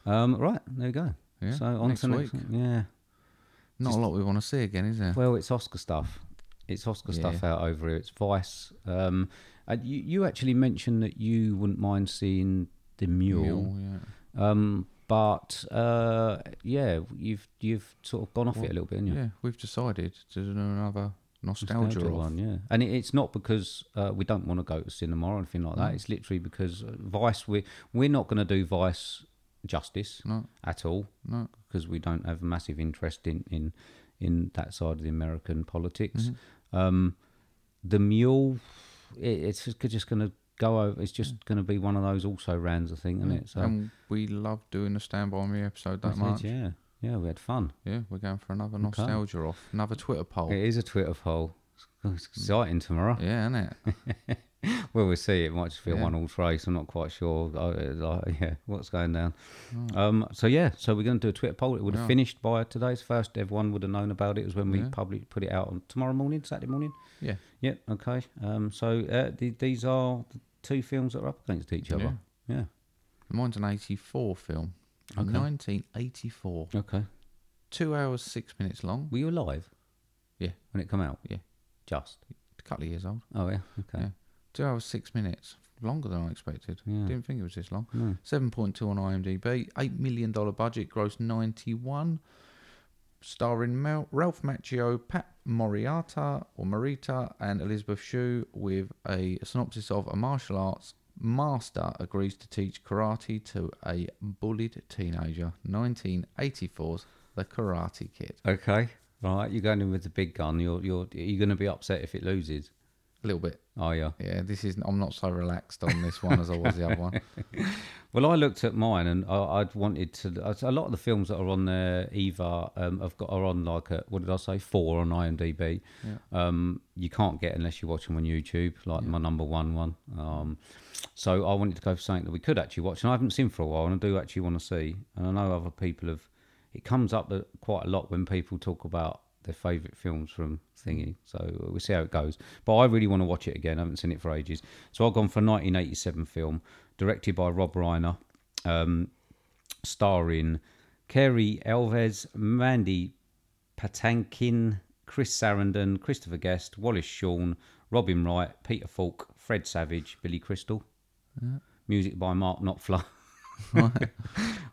[SPEAKER 2] Um, right, there you go.
[SPEAKER 1] Yeah,
[SPEAKER 2] so on
[SPEAKER 1] next
[SPEAKER 2] to next
[SPEAKER 1] week.
[SPEAKER 2] Yeah.
[SPEAKER 1] Not a lot we want to see again, is there?
[SPEAKER 2] Well, it's Oscar stuff. It's Oscar stuff out over here. It's Vice. Um, and you, you actually mentioned that you wouldn't mind seeing the mule.
[SPEAKER 1] Mule, yeah.
[SPEAKER 2] Um, but uh, yeah, you've you've sort of gone off it a little bit, haven't you?
[SPEAKER 1] Yeah, we've decided to do another nostalgia,
[SPEAKER 2] Nostalgia
[SPEAKER 1] off.
[SPEAKER 2] one, yeah. And it, it's not because uh, we don't want to go to cinema or anything
[SPEAKER 1] Mm.
[SPEAKER 2] like that. It's literally because uh, Vice, we we're not going to do Vice justice
[SPEAKER 1] No.
[SPEAKER 2] at all,
[SPEAKER 1] No.
[SPEAKER 2] because we don't have a massive interest in in in that side of the American politics.
[SPEAKER 1] Mm-hmm.
[SPEAKER 2] Um, the Mule, it, it's just, just going to go over. It's just going to be one of those also rans, I think, isn't it? So
[SPEAKER 1] Mm. and we love doing the Stand By Me episode that
[SPEAKER 2] Uh. that's it,
[SPEAKER 1] much. Yeah.
[SPEAKER 2] yeah, yeah, we had fun.
[SPEAKER 1] we're going for another nostalgia off. Another Twitter poll.
[SPEAKER 2] It is a Twitter poll. It's exciting tomorrow.
[SPEAKER 1] Hmm. Yeah, isn't it? [laughs]
[SPEAKER 2] Well, we'll see. It might just be a
[SPEAKER 1] Yeah.
[SPEAKER 2] one-all race. I'm not quite sure. I, like, [laughs] yeah, what's going down? Um, so yeah, so we're going to do a Twitter poll. It would have
[SPEAKER 1] Hmm. Yeah.
[SPEAKER 2] finished by today's first. Everyone would have known about it. It was when we
[SPEAKER 1] Yeah.
[SPEAKER 2] published, put it out on tomorrow morning, Saturday morning.
[SPEAKER 1] Yeah.
[SPEAKER 2] Yep. Okay. Um, so uh, th- these are the two films that are up against each other. Yeah.
[SPEAKER 1] Mine's an 84 film.
[SPEAKER 2] Okay.
[SPEAKER 1] 1984.
[SPEAKER 2] Okay.
[SPEAKER 1] Two hours, six minutes long.
[SPEAKER 2] Were you alive
[SPEAKER 1] Yeah,
[SPEAKER 2] when it come out?
[SPEAKER 1] Yeah.
[SPEAKER 2] Just.
[SPEAKER 1] a couple of years old.
[SPEAKER 2] Oh yeah. Okay.
[SPEAKER 1] Yeah. Two hours, six minutes. Longer than I expected.
[SPEAKER 2] Yeah.
[SPEAKER 1] Didn't think it was this long.
[SPEAKER 2] No.
[SPEAKER 1] 7.2 on IMDb. $8 million budget, gross 91. Starring Mal- Ralph Macchio, Pat Moriata or Morita, and Elizabeth Shue with a synopsis of a martial arts master agrees to teach karate to a bullied teenager. 1984's The Karate Kid.
[SPEAKER 2] Okay. Right. You're going in with the big gun. You're you're you're going to be upset if it loses.
[SPEAKER 1] A little bit.
[SPEAKER 2] Are you?
[SPEAKER 1] Yeah, this is. I'm not so relaxed on this one as I was the other
[SPEAKER 2] [laughs]
[SPEAKER 1] one.
[SPEAKER 2] Well, I looked at mine, and I, I'd wanted to. A lot of the films that are on there, either um, have got are on like a, what did I say, four on IMDb. Um, you can't get unless you watch them on YouTube, like my number one one. Um, so I wanted to go for something that we could actually watch, and I haven't seen for a while, and I do actually want to see. And I know other people have. It comes up that quite a lot when people talk about their favourite films from thingy. So uh, we'll see how it goes. But I really want to watch it again. I haven't seen it for ages. So I've gone for a 1987 film directed by Rob Reiner, um, starring Kerry Elves, Mandy Patankin, Chris Sarandon, Christopher Guest, Wallace Shawn, Robin Wright, Peter Falk, Fred Savage, Billy Crystal. Music by Mark Knopfler. [laughs]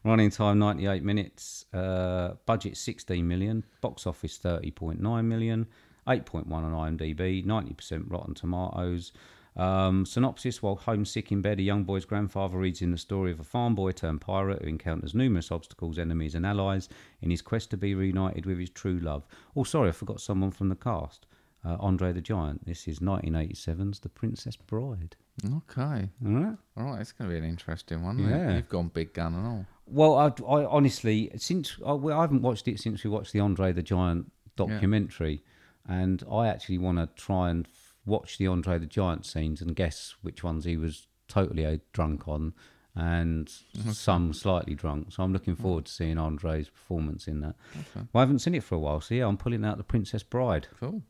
[SPEAKER 2] Running time 98 minutes. Uh, budget 16 million. Box office 30.9 million. 8.1 on IMDb. 90% Rotten Tomatoes. Um, synopsis While homesick in bed, a young boy's grandfather reads in the story of a farm boy turned pirate who encounters numerous obstacles, enemies, and allies in his quest to be reunited with his true love. Oh, sorry, I forgot someone from the cast. Uh, Andre the Giant. This is 1987's The Princess Bride.
[SPEAKER 1] Okay.
[SPEAKER 2] All right.
[SPEAKER 1] All right, it's going to be an interesting one. isn't it?
[SPEAKER 2] Yeah.
[SPEAKER 1] You've gone big gun and all.
[SPEAKER 2] Well, I, I honestly, since I, well, I haven't watched it since we watched the Andre the Giant documentary, and I actually want to try and f- watch the Andre the Giant scenes and guess which ones he was totally uh, drunk on, and some slightly drunk. So I'm looking forward to seeing Andre's performance in that. Well, I haven't seen it for a while, so yeah, I'm pulling out the Princess Bride.
[SPEAKER 1] Cool.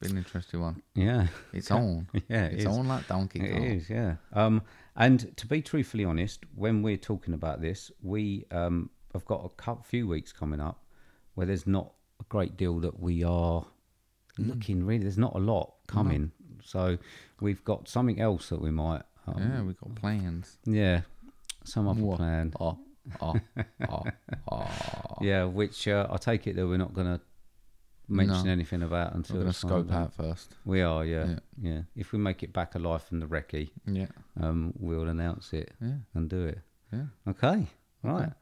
[SPEAKER 1] Been an interesting
[SPEAKER 2] [laughs]
[SPEAKER 1] one.
[SPEAKER 2] Yeah.
[SPEAKER 1] It's on.
[SPEAKER 2] Yeah, it
[SPEAKER 1] it's
[SPEAKER 2] is.
[SPEAKER 1] on like Donkey Kong.
[SPEAKER 2] It is, yeah. Um, and to be truthfully honest, when we're talking about this, we um, have got a cou- few weeks coming up where there's not a great deal that we are
[SPEAKER 1] Mm.
[SPEAKER 2] looking really. There's not a lot coming, so we've got something else that we might. Um,
[SPEAKER 1] Yeah, we got plans.
[SPEAKER 2] yeah. Some other plan.
[SPEAKER 1] Oh, oh, oh, oh.
[SPEAKER 2] [laughs] Yeah, which uh, I take it that we're not going to mention
[SPEAKER 1] No.
[SPEAKER 2] anything about until
[SPEAKER 1] We're gonna
[SPEAKER 2] it's
[SPEAKER 1] scope
[SPEAKER 2] finalised.
[SPEAKER 1] out first.
[SPEAKER 2] We are, yeah, yeah, If we make it back alive from the recce,
[SPEAKER 1] Yeah,
[SPEAKER 2] um, we'll announce it
[SPEAKER 1] Yeah.
[SPEAKER 2] and do it.
[SPEAKER 1] yeah.
[SPEAKER 2] Okay, right.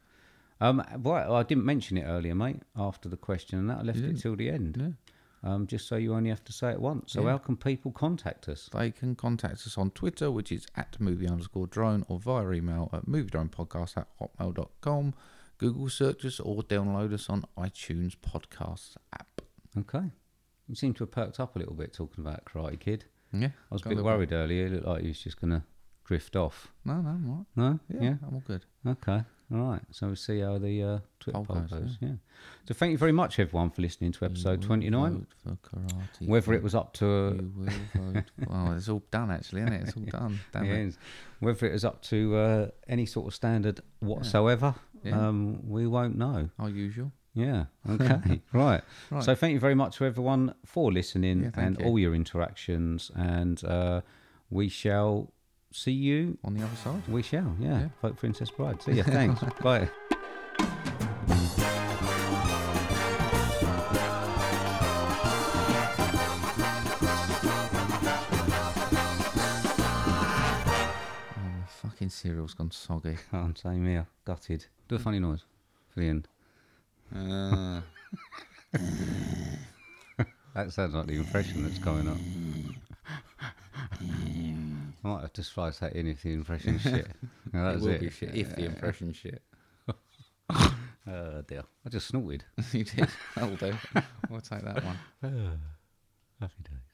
[SPEAKER 2] Um, right, I didn't mention it earlier, mate. After the question and that, I left it till the end. Um, just so you only have to say it once. So how can people contact us?
[SPEAKER 1] They can contact us on Twitter, which is at movie underscore drone, or via email at movie drone podcast at hotmail.com. Google search us or download us on iTunes Podcasts app.
[SPEAKER 2] Okay. You seem to have perked up a little bit talking about Karate Kid.
[SPEAKER 1] Yeah.
[SPEAKER 2] I was a
[SPEAKER 1] got
[SPEAKER 2] bit
[SPEAKER 1] little-
[SPEAKER 2] worried earlier. It looked like you was just going to drift off.
[SPEAKER 1] No, no, I'm all right.
[SPEAKER 2] No?
[SPEAKER 1] Yeah, I'm all good.
[SPEAKER 2] Okay. All right. So we'll see how the uh, Twitter
[SPEAKER 1] Poll
[SPEAKER 2] poll
[SPEAKER 1] goes,
[SPEAKER 2] goes. Yeah. So thank you very much, everyone, for listening to episode 29.
[SPEAKER 1] Vote for karate. [laughs]
[SPEAKER 2] Whether it was up to
[SPEAKER 1] you will vote. [laughs] Well, it's all done actually, isn't it? [laughs] It's all done. Damn
[SPEAKER 2] Yeah,
[SPEAKER 1] it.
[SPEAKER 2] it's- whether it was up to uh, any sort of standard whatsoever,
[SPEAKER 1] Yeah.
[SPEAKER 2] um, we won't know.
[SPEAKER 1] Our usual.
[SPEAKER 2] Yeah.
[SPEAKER 1] [laughs]
[SPEAKER 2] Okay. right.
[SPEAKER 1] Right.
[SPEAKER 2] So thank you very much to everyone for listening
[SPEAKER 1] Yeah, thank
[SPEAKER 2] and
[SPEAKER 1] you.
[SPEAKER 2] all your interactions, and uh, we shall see you.
[SPEAKER 1] On the other side.
[SPEAKER 2] We shall. Yeah. Vote Princess Bride. See
[SPEAKER 1] [laughs]
[SPEAKER 2] you. Thanks. Bye.
[SPEAKER 1] Oh, my fucking cereal's gone soggy.
[SPEAKER 2] Can't say me. Gutted. Do a funny noise for the end.
[SPEAKER 1] Uh.
[SPEAKER 2] That sounds like the impression that's going on. I might have to splice that in if the
[SPEAKER 1] [laughs]
[SPEAKER 2] impression shit. No, that
[SPEAKER 1] it
[SPEAKER 2] was
[SPEAKER 1] will
[SPEAKER 2] it.
[SPEAKER 1] be shit if the impression [laughs] shit.
[SPEAKER 2] Oh dear. I just snorted.
[SPEAKER 1] [laughs] you did. That'll do. We'll take that one.
[SPEAKER 2] Happy days.